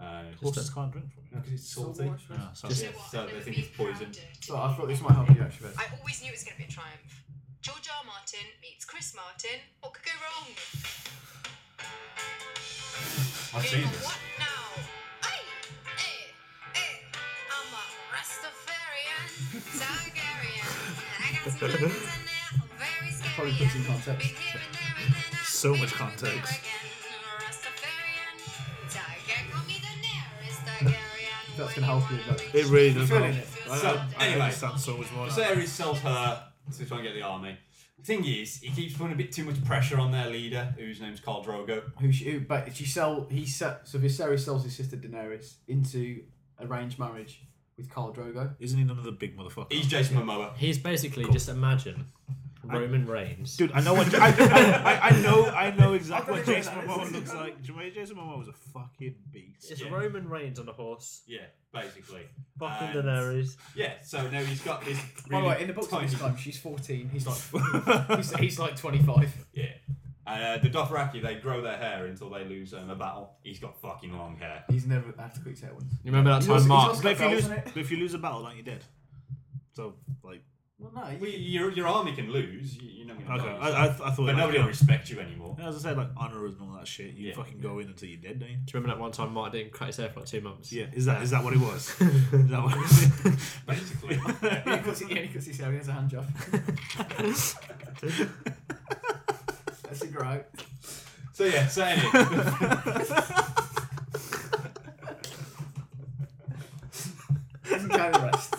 Uh,
Horses can't drink from it.
because it's salty.
Ah, so-
Just-
Yeah, so they think it's poison.
So Oh, I thought this might help you actually.
I always knew it was going to be a triumph. George R. Martin meets Chris Martin. What could go wrong?
I've seen
In
this.
what now? Aye, eh, eh. I'm a Rastafarian, Targaryen. I got some dragons in there, very scary.
Probably put some context.
Been here and there and then I've
So
been
much
here and there
context.
again. Rastafarian, Targaryen. Call me the nearest Targaryen.
That's
When
gonna help you,
wanna
but-
reach
It really
the
does
Feeling
moon,
it.
feel
I,
So,
something.
I
anyway.
understand so much more. now.
Viserys sells her to try and get the army. thing is, he keeps putting a bit too much pressure on their leader, whose name's Khal Drogo.
Who she, who, but she sell he sell, so Viserys sells his sister Daenerys into arranged marriage with Khal Drogo.
Isn't he another big motherfucker?
He's Jason Momoa.
He's basically just imagine Roman Reigns.
Dude, I know what I, I, I- I know I know exactly what Jason Momoa looks like. Do you remember Jason Momoa was a fucking beast.
It's
yeah.
Roman Reigns on a horse.
Yeah, basically.
Fucking
And-
Daenerys.
Yeah, so now he's got this.
By
Really
the way, in the books at
tiny-
this time, she's fourteen. He's like he's, he's like twenty five.
Yeah. Uh, the Dothraki, they grow their hair until they lose um, a battle. He's got fucking long hair.
He's never had to quick tail once.
You remember that
He's
time
also- he's also-
Mark?
But if you
Belt,
lose,
isn't it?
but if you lose a battle, aren't you dead? So like,
Well, no,
Well, your, your army can lose. You, you're not going to
okay, I, I, I thought.
But
like,
nobody will respect you anymore.
As I said, like honor and all that shit. You
Yeah.
fucking go in until you're dead, don't you?
Do you remember that one time Mark didn't cut his hair for like two months?
Yeah. Is that is that what it was? is that what it
Basically. Yeah.
he only cuts he only cuts his hair. He has a hand job.
was?
That's a grow.
So yeah, so anyway.
Doesn't count the rest.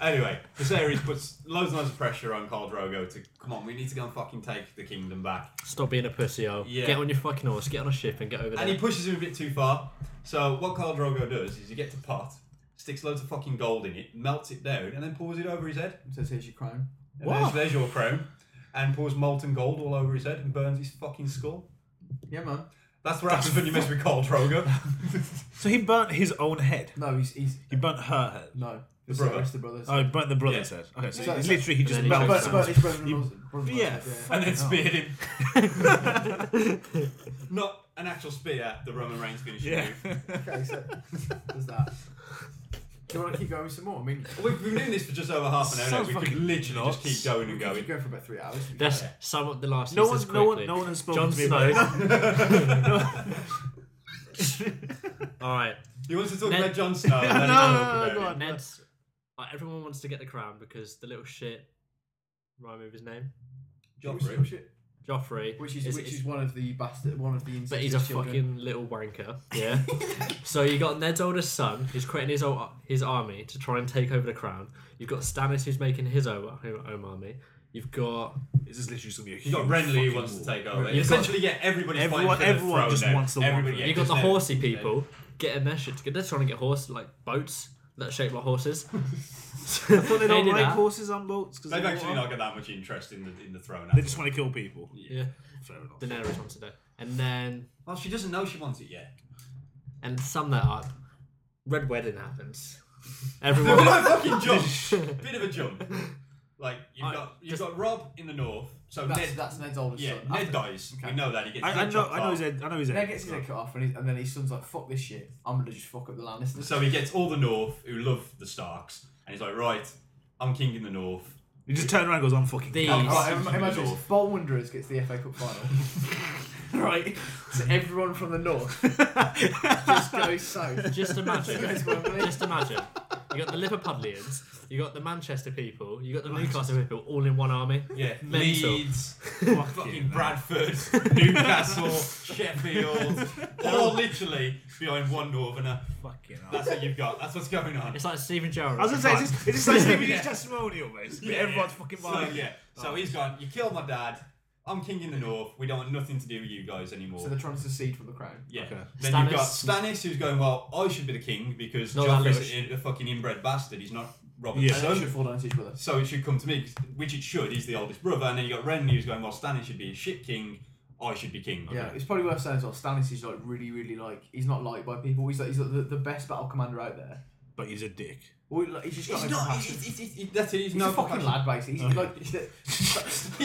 anyway, Viserys puts loads and loads of pressure on Khal Drogo to come on. We need to go and fucking take the kingdom back.
Stop being a pussy, yo.
Yeah.
Get on your fucking horse, get on a ship, and get over there.
And
uh,
he pushes him a bit too far. So what Khal Drogo does is he gets a pot, sticks loads of fucking gold in it, melts it down, and then pours it over his head.
Says here's your crown.
And There's, there's your crown. And pours molten gold all over his head and burns his fucking skull.
Yeah, man.
That's what happens when you mess with Khal Drogo.
so he burnt his own head.
No, he's he's
He burnt her head.
no.
The
The
brother.
brothers. The brothers.
Oh, he burnt the brother's head. Okay, so
So-
it's literally he just
then he
But,
burnt.
takes
but, but
someone's-
his brother Oh,
You- yeah,
and then speared him.
he.
Not an actual spear, the Roman Reigns finishing
Yeah.
move.
Okay, so there's that. Do you want to keep going with some more? I mean,
We've been doing this for just over half an hour. now.
Sounds
We could
fucking
literally just
nuts.
keep going
we
and
could keep
going.
going for about three hours.
Let's sum up the last
no
instance
one, no one,
quickly.
no one has spoken
Jon
to me.
Snow.
About
Alright.
he wants to talk
Ned-
about Jon Snow. and then
No,
he'll
no,
talk
no,
about
Oh, go
it.
on.
Ned's. Like, everyone wants to get the crown because the little shit. Right, move his name.
Joffrey.
Joffrey.
Which is which is one of the bastard, one of the.
But he's a
incestuous children.
fucking little wanker. Yeah. so you got Ned's oldest son. He's creating his old, his army to try and take over the crown. You've got Stannis who's making his own, own army. You've got
This is literally just gonna be a
You
huge.
got Renly who
fucking
wants to
war.
take over.
You've got-
Essentially, yeah, everybody's
Everyone-
fighting for the
everyone
throne
just
now.
wants the
Everybody,
one.
yeah,
you got
just
the
they're-
horsey
they're-
people getting their shit together. They're trying to get horse like boats that are shaped like horses.
I thought they don't
did
like
that.
horses on boats because
They've actually not got that much interest in the in the throne.
They
have
just
they?
want to kill people.
Yeah,
Fair enough.
Daenerys wants to do. And then
Well, she doesn't know she wants it yet.
and to sum that up, Red Wedding happens.
Well,
Everyone.
no, fucking jump. Bit of a jump. Like you've
I-
got you've
just-
got Rob in the north. So
That's,
Ned,
that's Ned's oldest
yeah,
son.
Ned
After-
dies.
Okay.
We know that he gets.
I, I
Ned
know,
chopped
I know
off.
his head. I know his head.
Ned gets his head cut off, and, he, and then his son's like, "Fuck this shit. I'm gonna just fuck up the Lannisters."
So he gets all the north who love the Starks, and he's like, right, I'm king in the north.
He just turns around and goes, "I'm fucking."
The-
Oh,
All
right.
right, im- imagine this. Bowl Wanderers gets the FA Cup final. right, so everyone from the north just goes south.
Just imagine.
Just goes Wembley.
just imagine. You got the Liverpudlians, you got the Manchester people, you got the Newcastle people, all in one army.
Yeah,
Mental.
Leeds,
Fucking
fucking
hell.
Bradford, Newcastle, Sheffield, all literally behind one northerner.
Fucking. hell.
That's what you've got. That's what's going on.
It's like Stephen Gerrard.
I was gonna say, is this, is this like Stephen
Yeah.
Hughes testimonial, basically?
Yeah,
Everyone's
yeah.
fucking
So,
buying.
yeah. So he's gone. You killed my dad. I'm king in the north. We don't want nothing to do with you guys anymore.
So they're trying to secede from the crown.
yeah.
Okay.
Then you've got
Stannis.
Stannis who's going, well, I should be the king because
Not that
Joffrey's
rich.
a, a fucking inbred bastard. He's not Robert's
Yeah.
And it
son.
should fall down to each brother.
So it should come to me, 'cause- which it should. He's the oldest brother. And then you got Renly who's going, well, Stannis should be a shit king. I should be king.
Yeah, it's probably worth saying as well. Stannis is like really, really like he's not liked by people. He's like he's like the, the best battle commander out there.
But he's a dick.
Or, like, he's just got
He's
no
not.
compassion.
He's, he's, he's, he's, that's it. He's,
He's
no
a fucking
compassion.
lad, basically. He's
Okay.
like he's the,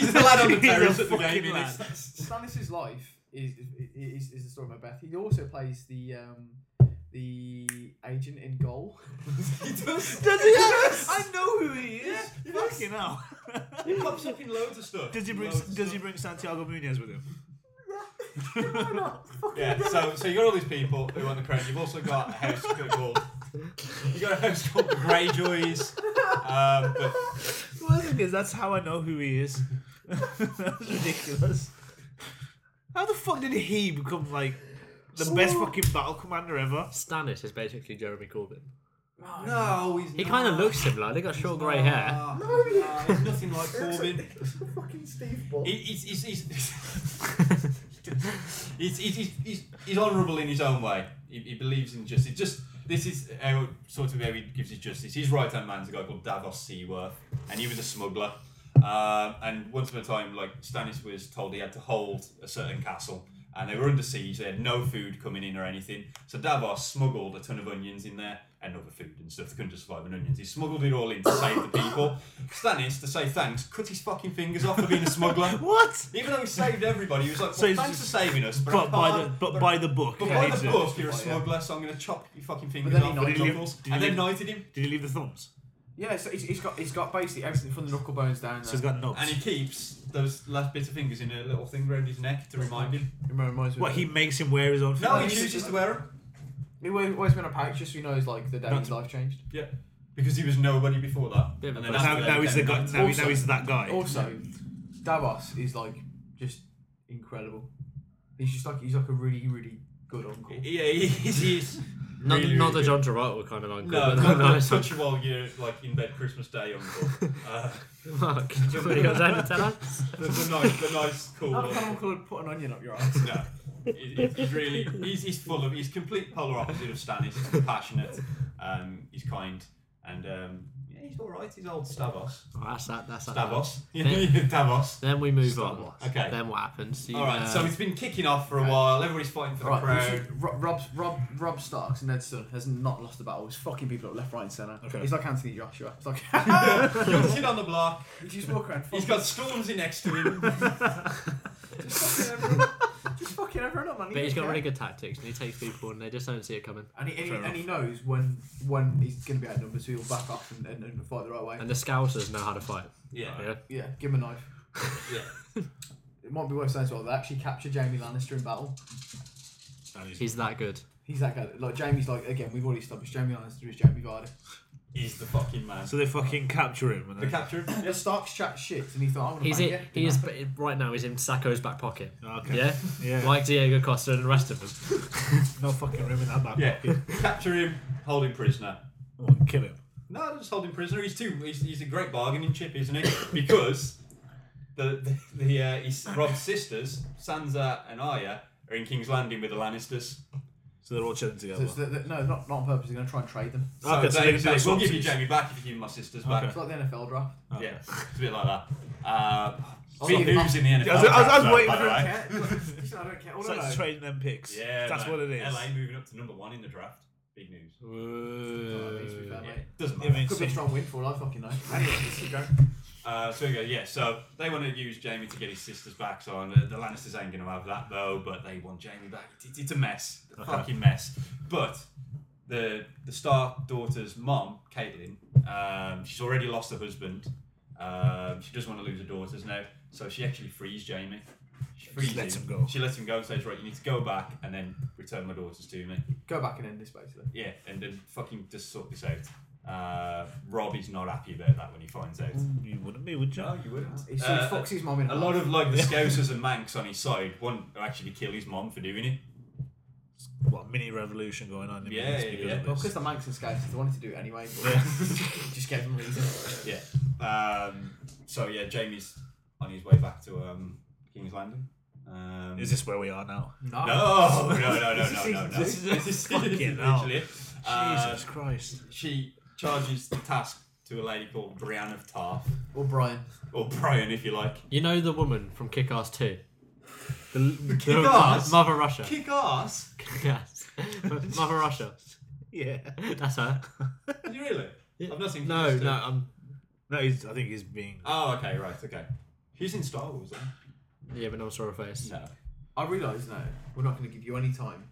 He's the lad on the
He's a
terrace at the
fucking
game. you know.
lad.
Stannis's life is is, is is the story of Macbeth. He also plays the um the agent in Goal.
he does.
Does he? I know who he is. fucking hell.
He pops up in loads of stuff.
does he bring?
Loads of
Does
stuff.
he bring Santiago Munoz with him?
Yeah, so so you got all these people who want the credit. You've also got a house called you got a house called the Greyjoys. Um, but
Well, the thing is, that's how I know who he is. that's ridiculous. How the fuck did he become like the best fucking battle commander ever?
Stannis is basically Jeremy Corbyn.
No, he's
He kind of looks similar. They got short grey hair.
No, he's nothing like
Looks
Corbyn.
like- looks like fucking Steve Ball.
He- he's, he's, he's, he's, he's, he's, he's, he's honourable in his own way. He, he believes in justice. Just this is how sort of how he gives his justice. His right hand man's a guy called Davos Seaworth, and he was a smuggler. Um, and once upon a time, like Stannis was told he had to hold a certain castle, and they were under siege. They had no food coming in or anything. So Davos smuggled a ton of onions in there and other food and stuff. They couldn't just survive on onions. He smuggled it all in to save the people. Stannis, to say thanks, cut his fucking fingers off for being a smuggler.
What?
Even though he saved everybody, he was like, well,
So he's-
thanks for saving us, but,
But
I
by the
can't-
but by the book.
but
he
by
hates
the
it.
book, you're a
Yeah.
smuggler, so I'm going to chop your fucking fingers
then he
off
knighted
with
him.
knuckles.
Did he
and then
leave-
knighted him.
Did he leave the thumbs?
Yeah, so he's, he's got he's got basically everything from the knuckle bones down.
So
there.
he's got nubs.
And he keeps those last bit of fingers in a little thing around his neck to remind him.
It reminds me.
what
of-
he makes him wear his own.
No, he
he's-
chooses to wear them
He wa- always been a pouch just so he knows like the day
Not
his
to-
life changed.
because he was nobody before that.
Bit of
And
a
then
bust.
after
now,
that,
now he's the
became
guy.
a knight.
Now, he- now he's that guy.
Also, Davos is like just incredible. He's just like he's like a really really good uncle.
Yeah, he is. He is
Not,
really,
not the
really
John Travolta kind of uncle.
No,
but
not the
it's
touch you while you're like in bed Christmas Day uncle. Uh,
not- Mark, what do you got down to tell us?
the, the nice, the nice, cool.
How
uncle.
can uncle would put an onion up your ass?
No. He- he- he's really he's, he's full of he's complete polar opposite of Stannis. He's compassionate, um, he's kind, and um, yeah, he's all right. He's old Stavos.
Oh, that's that. That's that.
Stavos.
Yeah.
Davos.
Then we move
Star
on.
Wars.
Okay.
Then what happens? You,
All right. So
uh,
it's been kicking off for a while. Everybody's fighting for the
Right, we
crown.
should- Rob, Rob, Rob, Rob Stark's Ned Sun has not lost a battle. He's fucking people up left, right, and centre.
Okay.
He's like Anthony Joshua. It's like
You're kid Ah, on the block.
he just walk around.
He's
Fucking,
got Stormzy next to him.
just fucking everyone, just fucking everyone up, man. He
But he's
don't
got really
care.
good tactics, and he takes people, and they just don't see it coming.
And he, and,
Fair
he, and he knows when when he's going to be outnumbered, so he'll back off and, and, and fight the right way.
And the Scousers know how to fight.
Yeah.
Yeah.
yeah, give him a knife.
Yeah.
It might be worth saying as well. They actually capture Jamie Lannister in battle.
He's that good.
He's that guy. Like Jamie's like again. We've already established Jamie Lannister is Jamie Vardy.
He's the fucking man.
So they fucking capture him. And
The
then,
capture. him.
The Starks chat shit, and he thought, "I'm gonna
He's
bang
it.
you."
He is right now. He's in Sacco's back pocket.
Oh, okay.
Yeah.
Yeah.
Like Diego Costa and the rest of them.
No fucking room in that back
Yeah.
pocket.
capture him. Hold him prisoner.
Oh, kill him.
No, just hold him prisoner. He's too. He's, he's a great bargaining chip, isn't he? Because the the, the uh, his, Rob's sisters, Sansa and Arya, are in King's Landing with the Lannisters.
So they're all chilling together.
So, so they- they- no, not not on purpose. They're going to try and trade them.
So
Okay, so
they,
they can do
they
the
will give you
swapsies.
Jamie back if you give me my sisters back.
Okay.
It's like the NFL draft.
Okay.
Yeah, it's a bit like that. Uh,
Oh,
big
yeah.
who's in the NFL?
I was- I was- I was
draft,
waiting
by the
for
way.
him.
care. Listen, I don't care. All
It's
I
like
know-
trading them picks.
Yeah,
That's
man.
what it is.
LA moving up to number one in the draft. Big news. Oh,
Yeah,
Yeah,
mate.
doesn't
I
matter.
mean,
Could
so,
be a strong win for all I fucking know. Anyway, let's keep going.
Uh, so yeah, yeah, so they want to use Jamie to get his sisters back. So uh, the Lannisters ain't going to have that though, but they want Jamie back. It's, it's a mess, a
Okay.
fucking mess. But the the Stark daughter's mom, Caitlin, um, she's already lost her husband. Um, she doesn't want to lose her daughters now, so she actually frees Jamie. She frees
lets
him.
him go.
She lets him go and says, "Right, you need to go back and then return my daughters to me."
Go back and end this basically.
Yeah, and then fucking just sort this out. Uh, Rob is not happy about that when he finds out.
you wouldn't be, would you?
No, you wouldn't.
He so
Uh,
he fucks his mum in
A
half.
lot of like the Scousers and Manx on his side want to actually kill his mom for doing it.
What mini revolution going on? In
Yeah,
Minsk
yeah,
because
yeah.
of
Well,
this.
because the Manx and Scousers, they wanted to do it anyway. But just gave them reason.
Yeah. Um, so yeah, Jamie's on his way back to um, King's Landing. Um,
Is this where we are now?
No.
No, no, no, no,
This is
no, no, no.
season two.
This is
Fucking hell.
literally it. Uh,
Jesus Christ.
she charges the task to a lady called Brienne of Tarth,
Or Brian.
or Brian, if you like.
You know the woman from Kick-Ass 2? The, the,
Kick-Ass?
Mother Russia.
Kick ass.
Yes. Mother Russia.
Yeah.
That's her.
Did you really? I've not seen.
No,
Kick-Ass
no,
too.
I'm.
No, he's, I think he's being.
Oh, okay, right, okay. She's in Star Wars, isn't
Yeah, but no one saw her face.
she? No.
I realise now we're not going to give you any time.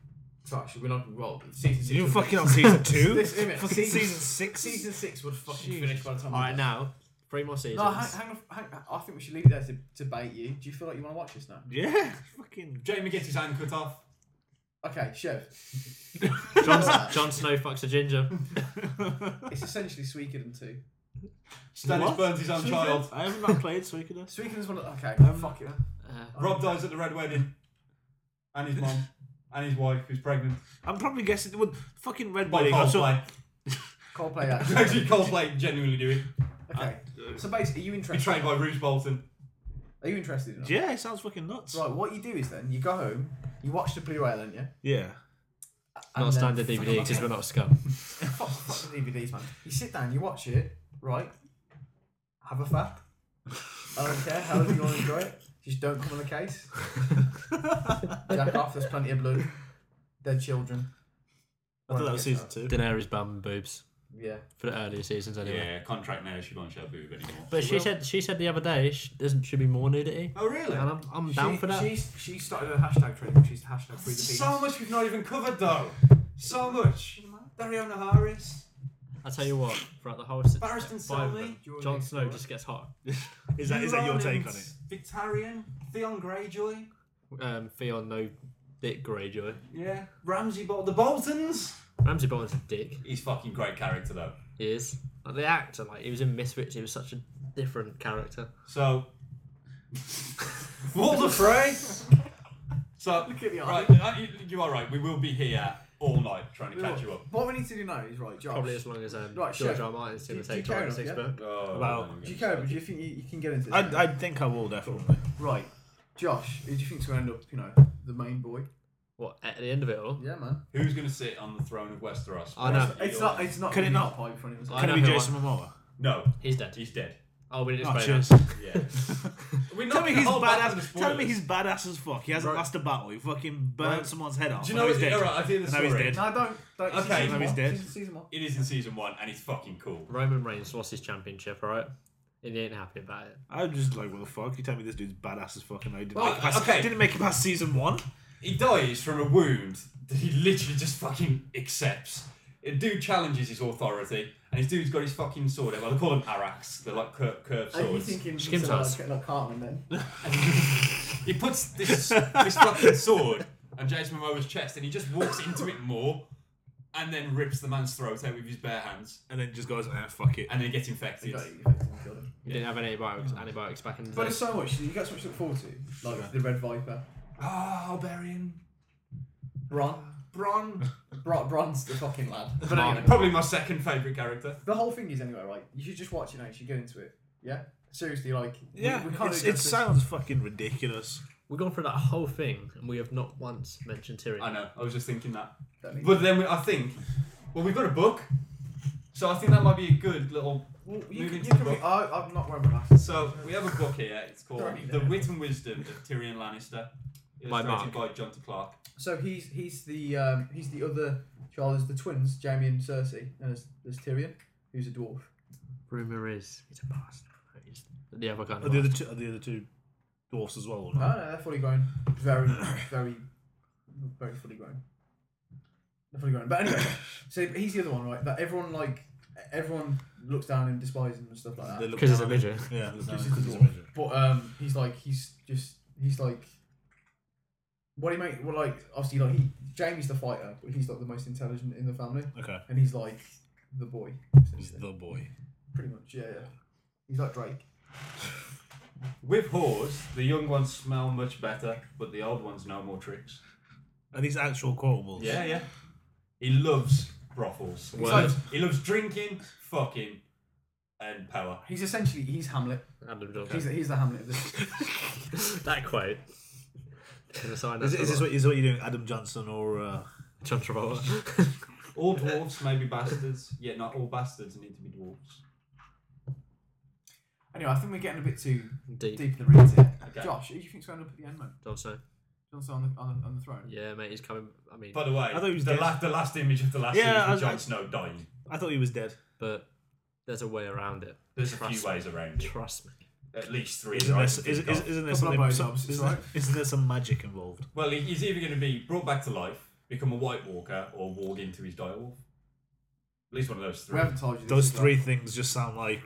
So actually, we're not going to roll. but Season six.
You're
would-
fucking on season two.
This- wait a minute,
Fucking
season-
season six.
Season six would fucking
Jeez.
finish by the time. we
Alright,
get-
now, three more seasons.
No, hang, hang on. Hang, I think we should leave it there to, to bait you. Do you feel like you want to watch this now?
Yeah. Fucking.
Jamie gets his hand cut off.
Okay, Chev.
Jon, Jon Snow fucks a ginger.
It's essentially Suikoden 2.
Stannis
What?
burns his own child.
I haven't not played Suikoden.
Suikoden's one of. Okay,
Um,
fuck it. man.
Uh,
Rob dies at the red wedding, and his mom, and his wife who's pregnant.
I'm probably guessing. Well, fucking Red
By
Wedding. I saw,
Coldplay.
Coldplay
Actually,
actually. uh,
Coldplay genuinely do it.
okay. So basically, are you interested?
Betrayed by Bruce Bolton.
Are you interested? In that?
Yeah, it sounds fucking nuts.
Right. What you do is then you go home, you watch the Blu-ray, don't you?
Yeah.
Not
And then-
a standard DVD because we're not a scum.
Fuck, fuck the DVDs, man. You sit down, you watch it, right? Have a fap. I don't care. However you want to enjoy it, just don't come on the case. Jack off. There's plenty of blue. Dead children.
I thought that
Whatever
was
gets
season
out.
two.
Daenerys bum boobs
Yeah.
for the earlier seasons anyway.
Yeah, contract now. She won't show boob anymore.
But she
Well-
said she said the other day sh doesn't should be more nudity,
Oh really?
and I'm, I'm down
she,
for that.
She's, she started a hashtag trend. She's hashtag free the penis.
So much we've not even covered though. So much. Dariona Harris,
I tell you what, throughout the whole se-
Barristan
five of
Selmy,
them,
Do you want
Jon
to
Snow
explore
just gets hot.
Is that is that your take on
Euronymous,
it?
Victarion, Theon Greyjoy,
Um, Theon no dick Greyjoy.
yeah, Ramsey Bol, the Boltons.
Ramsay Bolton's a dick.
He's fucking great character though.
He is. Like the actor, like he was in Misfits, he was such a different character.
So, Walter Frey. So,
Look at the
right,
eye.
uh, you, you are right. We will be here all night trying to catch you up.
What we need to do now is right, Josh.
Probably as long as um,
Right,
George
Chef,
R. R. Martin's
do-
going to
do you
take
carry
time
on,
six
yeah?
book.
About-
Do you care? Do you think you, you can get into? This
I, I think I will definitely.
Right, Josh. Who do you think's going to end up? You know, the main boy.
What at the end of it all?
Yeah, man.
Who's going to sit on the throne of Westeros?
I know.
You're-
It's not. It's not.
Could it
gonna be
not?
hot pipe for anyone.
I
Can it
know
be
who
Jason Momoa?
No,
He's dead.
he's dead.
Oh, we didn't
Oh,
explain
cheers.
that.
Yeah. We're
Tell me
gonna
he's
hold back on the
badass. Tell
spoilers.
me he's badass as fuck. He hasn't
Right.
lost a battle. He fucking burned
Right.
someone's head off.
Do you
I
know?
he's
what-
dead.
All right, I've heard the
I know he's
story.
dead.
No, don't. don't
Okay,
season
no,
one.
he's dead.
Season, season one.
It is in season one, and he's fucking cool.
Roman Reigns lost his championship, alright? And he ain't happy about it.
I'm just like, what the fuck? You tell me this dude's badass as fuck, and I didn't,
Well,
make, it past,
okay.
didn't make it past season one.
He dies from a wound that he literally just fucking accepts. A dude challenges his authority, and his dude's got his fucking sword out. Well, they call them araks. They're like cur- curved
Are you
swords.
thinking
Skim
he's
sauce.
like, like Cartman then?
he puts this this fucking sword on Jason Momoa's chest, and he just walks into it more, and then rips the man's throat out with his bare hands,
And then just goes, ah, fuck it.
and then gets infected.
Got it, effectively killed him.
He didn't have any antibiotics, antibiotics back in the
But
day.
it's so much. You got so much to look forward to, like
Sure.
the Red Viper,
Ah, oh, Barian.
Bron,
Bron.
Bron, Bron's the fucking lad. But
Marvin.
anyway,
Probably my second favourite character.
the whole thing is anyway, right? You should just watch it now. You should get into it. Yeah, seriously, like we-
Yeah,
we, can't.
it's,
do
it
justice.
sounds fucking ridiculous.
We've gone through that whole thing and we have not once mentioned Tyrion.
I know, I was just thinking that.
Don't need-
But then we, I think, well, we've got a book, so I think that might be a good little.
Well, you
Move into
can, you can
the
re-
book.
I, I'm not wearing my glasses.
So we have a book here. It's called
Sorry.
The Wit and Wisdom of Tyrion Lannister,
By
illustrated by John T. Clark.
So he's he's the um, he's the other child as the twins, Jamie and Cersei, and there's, there's Tyrion, who's a dwarf.
Rumour is he's a bastard. He's the other kind
Are
of
the other
bastard.
two, are the other two dwarfs as well? Or
No,
not?
no, they're fully grown, very, very, very fully grown. They're fully grown. But anyway, so he's the other one, right? That everyone like everyone looks down and despises him and stuff like
They
that.
look
Because he's a
down-
midget.
Yeah, look down
he's
because
a
he's a midget.
But um, he's like he's just he's like. What do you make? Well, like obviously, like he, Jamie's the fighter, but he's like the most intelligent in the family,
Okay,
and he's like the boy.
he's
essentially.
the boy.
Pretty much, yeah, yeah. He's like Drake.
With whores, the young ones smell much better, but the old ones know more tricks.
And he's actual quotables.
Yeah, yeah. He loves brothels. He
Word.
loves, he loves drinking, fucking, and power.
He's essentially he's Hamlet.
Adam
He's,
Johnson.
the, he's the Hamlet of this.
that quote. Can I sign
Is,
that
is
for
this what, is what you're doing, Adam Johnson or uh,
John Travolta?
All dwarfs may be bastards, yet not all bastards need to be dwarfs.
Anyway, I think we're getting a bit too
Deep.
deep in the reeds here.
Okay.
Josh, who do you think's going up at the end, man?
Jon Snow.
Johnson on the, on, the- on the throne.
Yeah, mate, he's coming. I mean,
By the way,
I thought he was
the,
dead.
la- the last image of the last
Yeah,
series
I
was
was-
Jon
I-
Snow dying.
I thought he was dead.
but there's a way around it.
There's a
Trust
few ways around it.
Trust me.
At least three.
Isn't
that I
there,
can
is,
think
is,
of.
isn't
Couple
there
of
something?
blowjobs,
Some,
it's
isn't,
right.
isn't there some magic involved?
Well, he- he's either going to be brought back to life, become a White Walker, or warg into his direwolf. At least one of those
We
three.
haven't told you this
Those
as well.
three things just sound like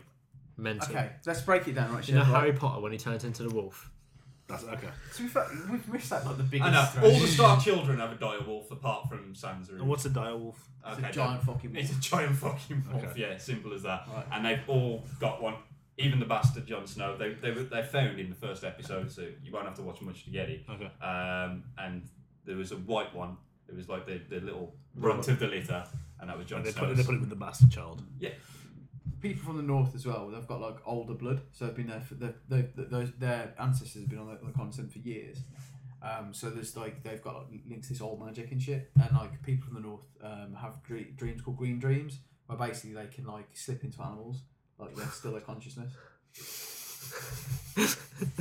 Mental.
Okay, let's break it down, right?
Do you know
Shiv, right?
Harry Potter when he turns into the wolf?
that's okay.
To be fair, we've missed that like the biggest.
I know.
threat.
All the Star Children have a direwolf, apart from Sansa.
And what's a direwolf?
It's
okay,
a giant fucking.
It's a giant fucking wolf.
Okay.
Yeah, simple as that.
Right.
And they've all got one. Even the bastard Jon Snow. They they were they found in the first episode, so you won't have to watch much to get it.
Okay.
Um, and there was a white one It was like the, the little runt of the litter, and that was John
And they
Snow.
put, they put it with the bastard child.
Yeah,
people from the north as well. They've got like older blood, so they've been there for they they those their ancestors have been on the, the continent for years. Um, so there's like they've got like, links to this old magic and shit, and like people from the north um, have dre- dreams called green dreams, where basically they can like slip into animals, like they're still a consciousness.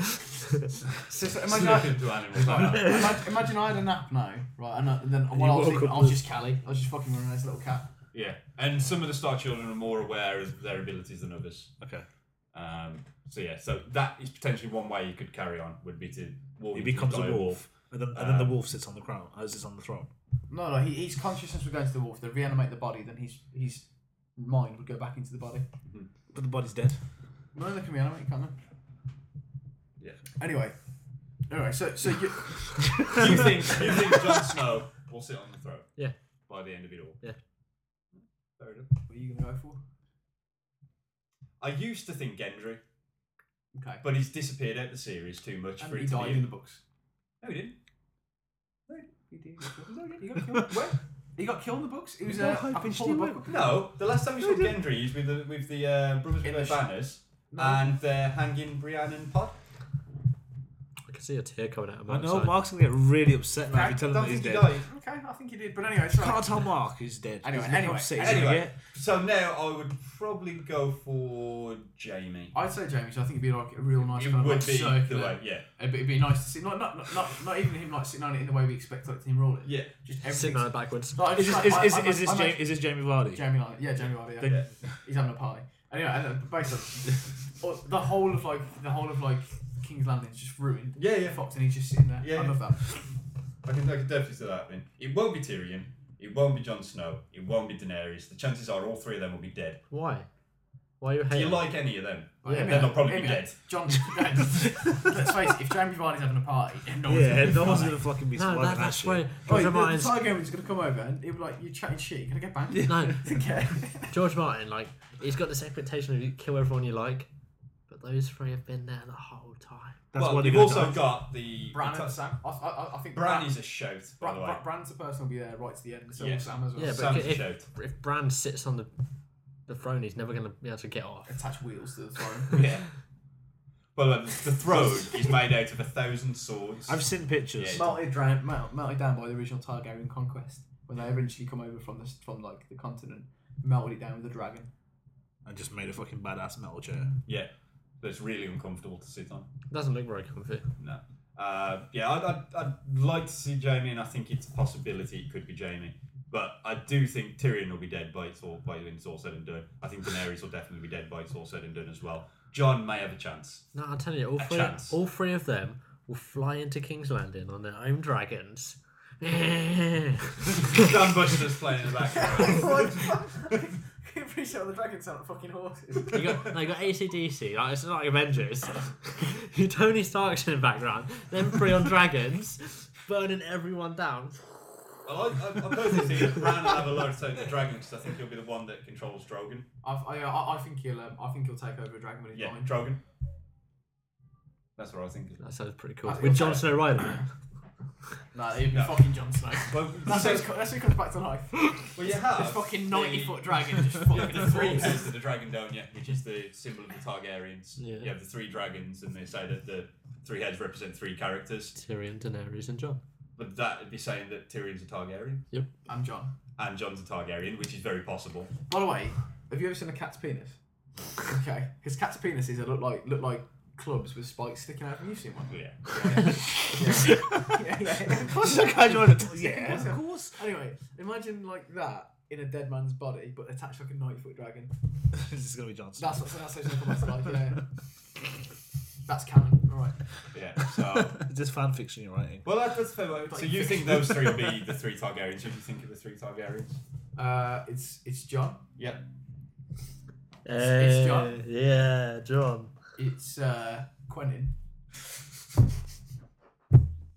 So, so imagine, I,
Sniffing to animals like that.
imagine, imagine I had a nap now, right? And, I, and then
you
while I was,
woke
sleeping,
up
I was
with-
just Cali. I was just fucking running this little cat.
Yeah, and some of the Star Children are more aware of their abilities than others.
Okay.
Um, so yeah, so that is potentially one way you could carry on would be to walk
He
into
becomes a
dire
wolf, and then, and then the
Um,
wolf sits on the crown, uh, sits on the throne.
No, no, he, he's consciousness would go into the wolf. They reanimate the body, then his his mind would go back into the body.
But the body's dead.
No, they can be animated, can't they?
Yeah.
Anyway, anyway, so so you,
wolf. You think you think Jon Snow will sit on the throne?
Yeah.
By the end of it all.
Yeah.
Fair enough.
what are you gonna go for?
I used to think Gendry,
Okay.
but he's disappeared out the series too much
And
for
he
it to
died
be.
in the books.
No, he didn't.
He did. He got killed. Where? He got killed in the books. He was
No,
uh,
I
I can
pitched
pull the
him
book. up.
No, the last time we saw Gendry, he's with the with the uh, brothers with
In
their
the sh-
banners,
No.
and they're hanging Brienne and Pod.
I can see a tear coming out of
I
my
know
eye.
Mark's gonna get really upset now if you
I
tell him
don't
that he's
think he
dead.
died.
Okay, I think he did. But anyway, it's
Can't
right.
tell Mark who's dead.
Anyway,
He's gonna
anyway,
upset he's gonna
Anyway,
get.
so now I would probably go for Jamie.
I'd say Jamie. So I think it'd be like a real nice
it
kind
would
of like
be the
circular.
way, yeah,
It'd be, it'd be nice to see. Not, not not not not even him like sitting on it in the way we expect like him rolling.
yeah.
Just everything.
Sitting on it backwards.
Like,
Is
just
this,
like, I-
is, is,
I-
is,
I-
this
I-
Jamie, is this Jamie Vardy?
Jamie like yeah, Jamie Vardy. Yeah.
Then-
He's having a party. Anyway, and then basically, or the whole of like the whole of like King's Landing is just ruined.
Yeah, yeah.
Fox and he's just sitting there.
Yeah,
I
yeah.
love that.
I can, I can definitely see that happening. It won't be Tyrion. It won't be Jon Snow. It won't be Daenerys. The chances are all three of them will be dead.
Why? Why are you
Do
hating?
you like any of them?
But
Yeah,
Emmy-
then they'll probably be
Emmy-
dead.
John, let's face it, if Jamie Vardy's having a party, then no one's
Yeah,
gonna
no one's
gonna.
gonna fucking be
no,
surviving
that,
that
that's
shit.
why
Oh,
George
the, the
Martin's
Targaryen's gonna come over and he'll be like, "You're chatting shit. You're gonna get banned."
no
okay.
George Martin like he's got this expectation of you kill everyone you like, but those three have been there the whole time.
That's
well,
why they're
you've
gonna
also
die.
got the
Bran
the-
and Sam. I, I, I think
Bran is a shout, by
Bran,
the way.
Bran, Bran's the person who'll be there right to the end. So
Yeah.
will Sam as well.
Yeah, but
Sam's a
if-
shout.
If Bran sits on the the throne, he's never gonna be able to get off.
Attach wheels to the throne.
Yeah. Well, uh, the, the throne is made out of a thousand swords.
I've seen pictures.
Yeah.
melted down, melt, melted down by the original Targaryen conquest when they eventually come over from the from like the continent, melted it down with a dragon.
I just made a fucking badass metal chair.
Yeah, that's really uncomfortable to sit on.
Doesn't look very comfy.
No. Uh, yeah, I'd, I'd, I'd like to see Jamie, and I think it's a possibility it could be Jamie. But I do think Tyrion will be dead by it's all by when it's all said and done. I think Daenerys will definitely be dead by it's all said and done as well. John may have a chance.
No, I'm telling you, all
A
three,
chance.
all three of them will fly into King's Landing on their own dragons. They'll
Dan Buster's playing in the background.
Pretty sure the dragons aren't fucking horses.
You got, no, you got ACDC, like, it's not like Avengers. You Tony Stark's in the background, then three on dragons, burning everyone down.
well, I, I, I personally think that Bran will have a lot of the dragon because I think he'll be the one that controls Drogon.
I've, I, I, I think he'll um, I think he'll take over a dragon when he's
Yeah,
mine.
Drogon. That's what I think.
That sounds pretty cool.
That's
With
okay.
Jon Snow riding it.
Nah, he'll be
No.
fucking Jon Snow.
Well,
That's
so-
how, he's co- that's how he comes back to life.
well, you have
This fucking ninety
the-
foot dragon just
You
fucking
have the three
falls.
heads of the dragon, don't you? Which is the symbol of the Targaryens.
Yeah.
You have the three dragons, and they say that the three heads represent three characters.
Tyrion, Daenerys, and Jon.
But that would be saying that Tyrion's a Targaryen
I'm John.
and Jon's a Targaryen, which is very possible.
By the way, have you ever seen a cat's penis? Okay, because cats' penises are look like look like clubs with spikes sticking out. Have you seen one?
Yeah.
Yeah, yeah.
What's that guy doing?
What's
Yeah,
that?
of course.
Anyway, imagine like that in a dead man's body, but attached like a ninety foot dragon.
this is gonna be Johnson.
That's what that's how it's gonna come back to life. Yeah, yeah. That's canon. All right.
Yeah. So.
Just fan fiction you're writing.
Well, that, that's fair. So you think those three would be the three Targaryens? Who do you think are the three Targaryens?
Uh, it's it's John.
Yeah.
It's- it's Jon.
Eh, Yeah, Jon.
It's uh, Quentin.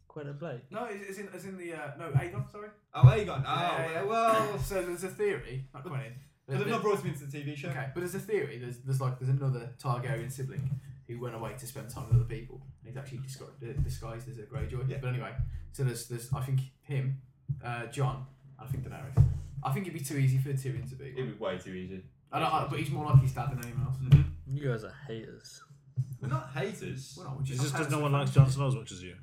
Quite a Blake.
No, it's, it's in it's in the uh, no Aegon. Sorry.
Oh, Aegon. Oh,
Yeah, yeah.
well.
So there's a theory, not Quentin.
But they've not brought him into the TV show.
Okay, but there's a theory. There's there's like there's another Targaryen sibling who went away to spend time with other people. And he's actually disguised, disguised as a Greyjoy.
Yeah.
But anyway, so there's there's I think him, uh, John, I think Daenerys. I think it'd be too easy for Tyrion to beat.
It'd be way too easy.
I don't, I, but he's more like his dad than anyone else.
You guys are haters.
We're not haters.
We're not, we're
It's just because
parents
no
and
one likes
friends.
Jon Snow as much as you.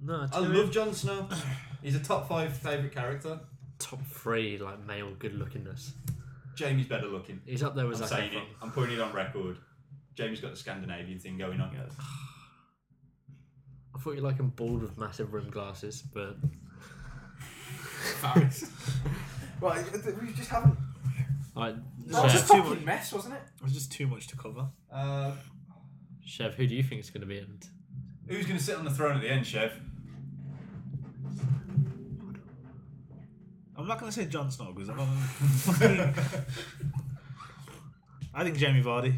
No,
I love Jon Snow. He's a top five favourite character.
top three like male good lookingness.
Jamie's better looking.
He's up there
I'm
with Zac
saying it.
Efron.
I'm putting it on record. Jamie's got the Scandinavian thing going on.
I thought you like him bald with massive rim glasses, but
Faris. well, we just haven't.
like
That was a
just
Chev,
too
fucking
much.
mess, wasn't it?
It's just too much to cover.
Uh,
Chev, who do you think is going to be in? it?
who's going to sit on the throne at the end, Chef?
I'm not gonna say Jon Snow because I'm not gonna I think Jamie Vardy.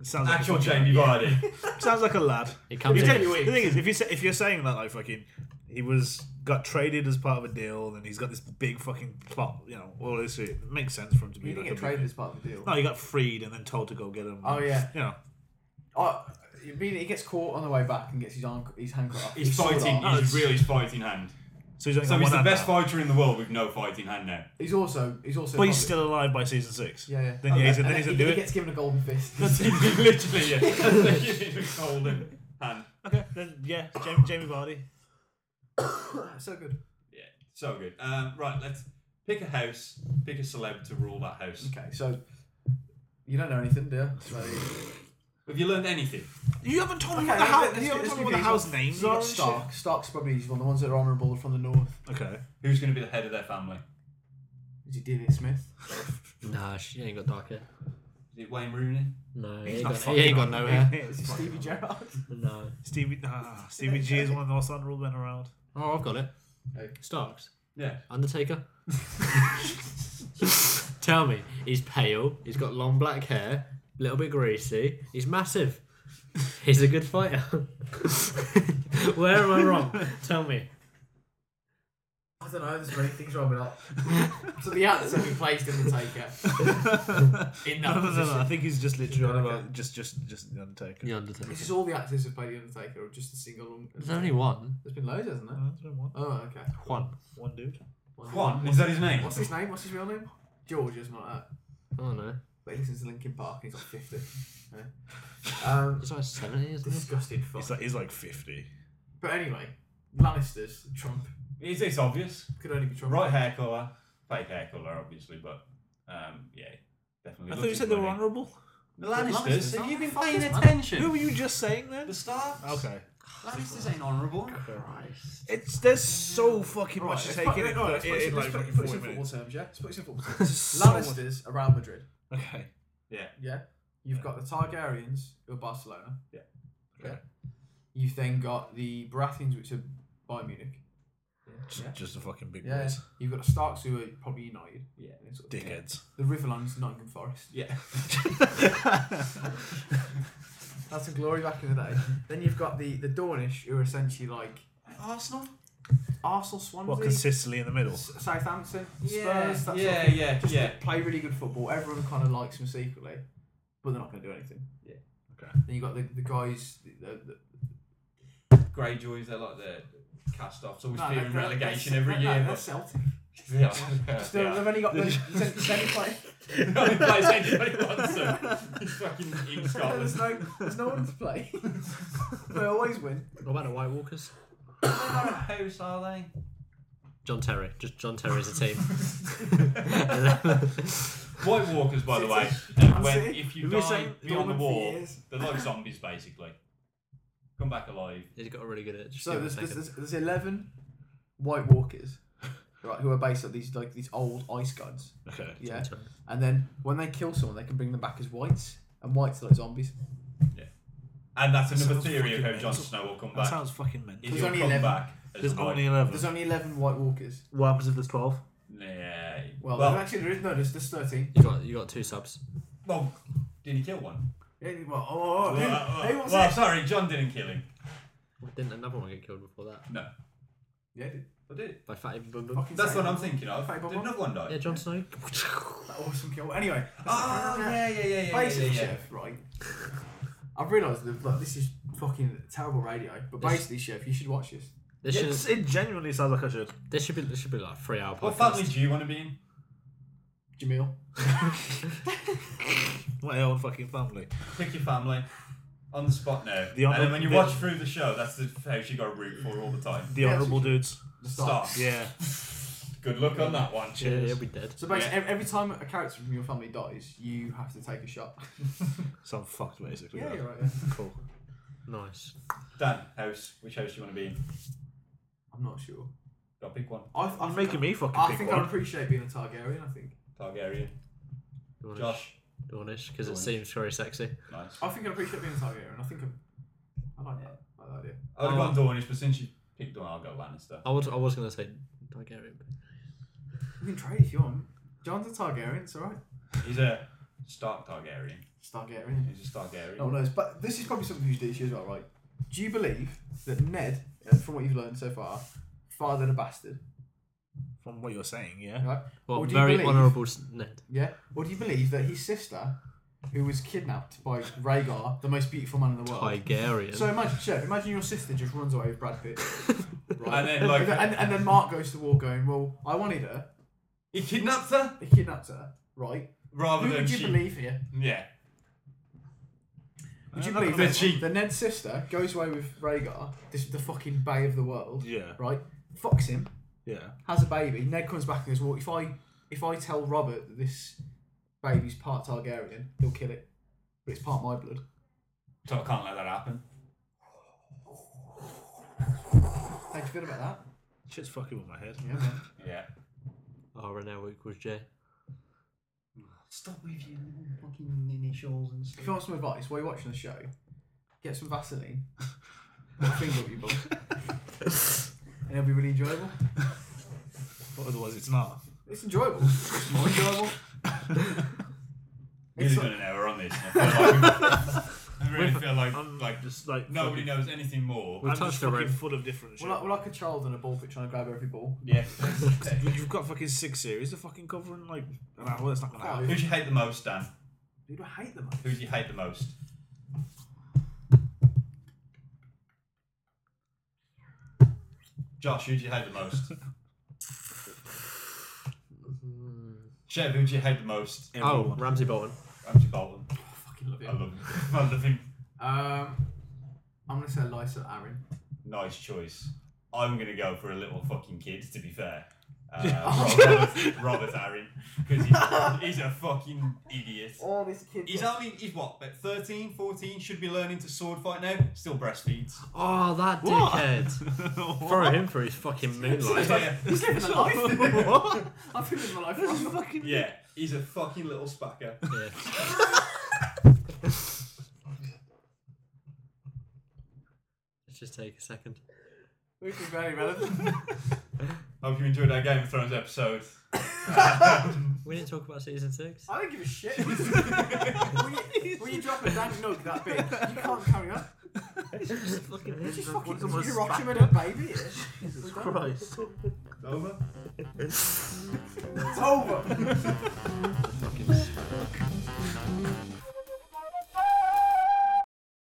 It sounds like
Actual
a fucking-
Jamie Vardy.
Sounds like a lad.
It comes
If
in.
you- the thing is, if you say, if you're saying that like fucking, he was got traded as part of a deal, and he's got this big fucking plot, you know, all this shit. It makes sense for him to
We
be
didn't
like
get
a
traded as part of the deal.
No, he got freed and then told to go get him.
Oh, yeah.
you know,
Oh, you mean he gets caught on the way back and gets his arm, his hand cut off.
He's
sawed
fighting.
off.
He's really his fighting hand.
so he's only
So
got
he's
one
the
hand
best
now.
fighter in the world with no fighting hand now.
He's also, he's also.
but he's
probably-
still alive by season six.
Yeah, yeah.
Then
Oh,
yeah, he's,
and
then he's
he,
gonna do
he
it.
gets given a golden fist.
Literally, yeah. That's like a golden hand.
Okay, then yeah, Jamie, Jamie Vardy.
so good.
Yeah, so good. Um, right, let's pick a house, pick a celeb to rule that house.
Okay, so you don't know anything, do you? So,
Have you learned anything?
You haven't told me
Okay,
what the
let's-
house.
let's
You
do-
haven't
let's do
told me what the
these
house
ones.
names
You
are.
got
and shit.
Stark. Stark's probably he's one of the ones that are honourable from the north.
Okay.
Who's going to be the head of their family?
Is he Delia Smith?
Nah, she ain't got dark hair.
Is it Wayne Rooney?
No, he
He's
ain't
not
got, he ain't got
fucking
no
on
hair.
me.
Is he Stevie Gerrard?
No.
Stevie, ah, Stevie G is one of the most honourable men around.
Oh, I've got it.
Hey.
Starks.
Yeah.
Undertaker. Tell me, he's pale. He's got long black hair. A little bit greasy. He's massive. He's a good fighter. Where am I wrong? Tell me.
I don't know. There's many things wrong with that. so the answer we placed in the taker in
No,
that
no, no, no. I
position.
think he's just literally on
Okay.
about just, just, just the Undertaker.
The Undertaker.
Is this all the actors who played the Undertaker, or just a single one?
There's only one.
There's been loads, hasn't there?
Uh, that's been one.
Oh, okay.
One.
One dude.
Juan? Is that his name?
What's his name? What's his real name? George, isn't it?
Oh no.
But he listens to Linkin Park and he's like 50. yeah. Um,
He's like 70, isn't he?
disgusted fuck.
He's like, he's like fifty.
But anyway, Lannisters, Trump.
Is this obvious?
Could only be Trump.
Right hair colour, fake hair colour, obviously, but um, yeah, definitely.
I thought
looking
you said they were
funny.
honourable.
The
Lannisters,
Lannisters. Have you been
fuck
paying
this, man.
attention?
Who were you just saying then?
The staff.
Okay.
Lannisters ain't honourable.
Christ.
It's there's so fucking
Right,
much to
let's
take
put-
in.
no,
in-
let's put
in,
it in-
like,
let's put-
fucking
put it
40
in football
minutes.
terms, yeah? Let's put it in football terms.
So much-
Lannisters are Real Madrid.
Okay.
Yeah. You've got the Targaryens, who are Barcelona.
Yeah.
Yeah.
Okay.
You've then got the Baratheons, which are Bayern Munich.
Just,
Yeah.
just a fucking big
Yeah.
boys.
You've got the Starks, who are probably United.
Yeah.
and sort of-
Dickheads.
The Riverlands, Nottingham Forest.
Yeah.
That's a glory back in the day. then you've got the the Dornish, who are essentially like
Arsenal.
Arsenal, Swansea,
What consistently in the middle?
S- Southampton,
Yeah.
Spurs. That sort
yeah.
of thing.
Yeah.
Just
Yeah.
play really good football. Everyone kind of likes them secretly, but they're not going to do anything.
Yeah.
Okay.
Then you have got the, the guys. The, the, the,
Greyjoys. They're like the cast-offs. Always
No,
fearing
they're-
relegation
they're-
every
no,
year.
No, they're
but-
Celtic.
Yeah.
Still, they've only got the semi play.
No one plays anybody wants them. He's fucking in Scotland.
There's no, there's no one to play. they always win.
What about the White Walkers?
What house are they?
John Terry. Just John Terry as a team.
White Walkers, by the way.
I'm
When,
saying-
if you
Who were you
die
saying?
beyond the
Dormant
wall,
for years.
they're like zombies, basically. Come back alive.
He's got a really good itch.
So
Give him a
there's, there's,
second.
there's, there's eleven White Walkers, right, who are based on these like these old ice gods.
Okay.
Yeah. And then when they kill someone, they can bring them back as whites, and whites are like zombies.
And that's another
Sounds
theory of
fucking
how Jon
mental.
Snow will come
That
back.
sounds fucking mental.
Is
There's
he'll
only
come
11.
back as
There's
a white-
only eleven.
There's only eleven White Walkers.
What happens if there's twelve?
Nah.
Well,
Well,
there- actually, there is no. There's, there's thirteen.
You got you got two subs.
well, did he kill one?
Yeah, well, oh, oh, oh,
Well, uh,
who- who wants
well,
it?
sorry, John didn't kill him.
Didn't another one get killed before that?
No.
Yeah, dude,
I did.
By Fatty Bum Bum.
fucking
That's
sorry.
what I'm thinking of.
Fake
Did
Bob Bob?
another one die?
Yeah, Jon Snow.
That awesome kill. Anyway. ah,
Oh, yeah, yeah, yeah, yeah, yeah,
Basically,
yeah, yeah.
Chef, right? I've realised that like, this is fucking terrible radio, but
This-
basically, Chef, you should watch this.
This
It's,
should
it genuinely sounds like I should.
this should be this should be like a three hour
What family
podcast.
do you want to be in?
Jamil.
My own fucking family.
Pick your family. On the spot now.
The
and
honour-
then when you
the-
watch through the show, that's the house you got to root for all the time.
The
Yeah,
honourable dudes.
The
Stop.
Yeah.
Good luck on that one.
Yeah, he'll be dead.
So basically,
Yeah.
ev- every time a character from your family dies, you have to take a shot.
So I'm fucked basically.
yeah,
though.
you're right. Yeah.
Cool.
Nice.
Dan, house. Which house do you want to be in?
I'm not sure.
Got to pick one.
I, I
I'm
think
making me fucking
I
pick
think
one.
I'd appreciate being a Targaryen. I think
Targaryen.
You want
Josh.
because it
Dornish.
seems very sexy.
Nice.
I think I'd appreciate being a Targaryen. I think I'm, I like that. I like that idea.
I would
Oh.
have gone Dornish, but since you picked one, I'll go Lannister.
I was I was gonna say Targaryen.
You can trade if you want. John's a Targaryen. It's all right.
He's a Stark Targaryen.
It's Targaryen.
He's a Stargaryen.
Oh, No one knows. But this is probably something you do as well, right? Do you believe that Ned, uh, from what you've learned so far, fathered a bastard?
From what you're saying, yeah.
Right?
Well,
Or do you
very
believe-
honourable s- Ned.
Yeah. Or do you believe that his sister, who was kidnapped by Rhaegar, the most beautiful man in the world,
Targaryen.
So imagine, so imagine your sister just runs away with Brad Pitt, right?
And then, like-
and, and, and then Mark goes to war, going, "Well, I wanted her.
He kidnapped her?
He kidnapped her, right?
Rather
Who
than
would you
she.
believe here?
Yeah.
Would you
Uh,
believe
the
that
cheek.
the Ned's sister goes away with Rhaegar, this the fucking bay of the world,
Yeah.
right? Fucks him,
Yeah.
has a baby. Ned comes back and goes, "Well, if I if I tell Robert that this baby's part Targaryen, he'll kill it, but it's part my blood."
So I can't let that happen.
How do you feel about that?
Shit's fucking with my head.
Yeah, man.
Yeah.
R and L Oh, equals J.
Stop with your fucking initials and
If you want some advice while you're watching the show, get some Vaseline. Put a finger up your bum. and it'll be really enjoyable.
But otherwise, it's not.
It's enjoyable. It's more enjoyable.
We've
It's
done an hour on this. and I, feel like I really feel like
I'm
like
just like
nobody
fucking-
knows anything more.
We've
I'm
touched
just
the
fucking
rope.
full of different shit.
We're like, we're like a child on a ball pit trying to grab every ball.
Yeah.
You- You've got fucking six series to fucking cover in like an hour. That's not gonna
Five.
happen.
Who do you hate the most, Dan?
Dude, I hate them.
Who do you hate the most? Josh, who do you hate the most? Chev, who do you hate the most?
Oh,
Everyone.
Ramsey Bolton.
Ramsey Bolton.
I fucking love
I love him. I love him.
Um, I'm going to say Lysa Aaron.
Nice choice. I'm gonna go for a little fucking kid. To be fair, uh, Robert, Robert Aaron, because he's, he's a fucking idiot.
Oh, this kid.
He's only he's what, but 13, 14, Should be learning to sword fight now. Still breastfeeds.
Oh, that
What?
dickhead.
What?
Throw him for his fucking moonlight.
Yeah,
He's living a life. I've been living a life.
This is
right?
fucking.
yeah, he's a fucking little spacker.
Yeah. Let's just take a second.
Which is very relevant.
Hope you enjoyed our Game of Thrones episode.
We didn't talk about season six.
I don't give a shit. when, you, when you drop a damn nug that big, you can't carry on.
Just fucking
It's just
What
fucking
someone
Hiroshima
spat
and a baby. it is.
Jesus Christ.
Over.
It's over.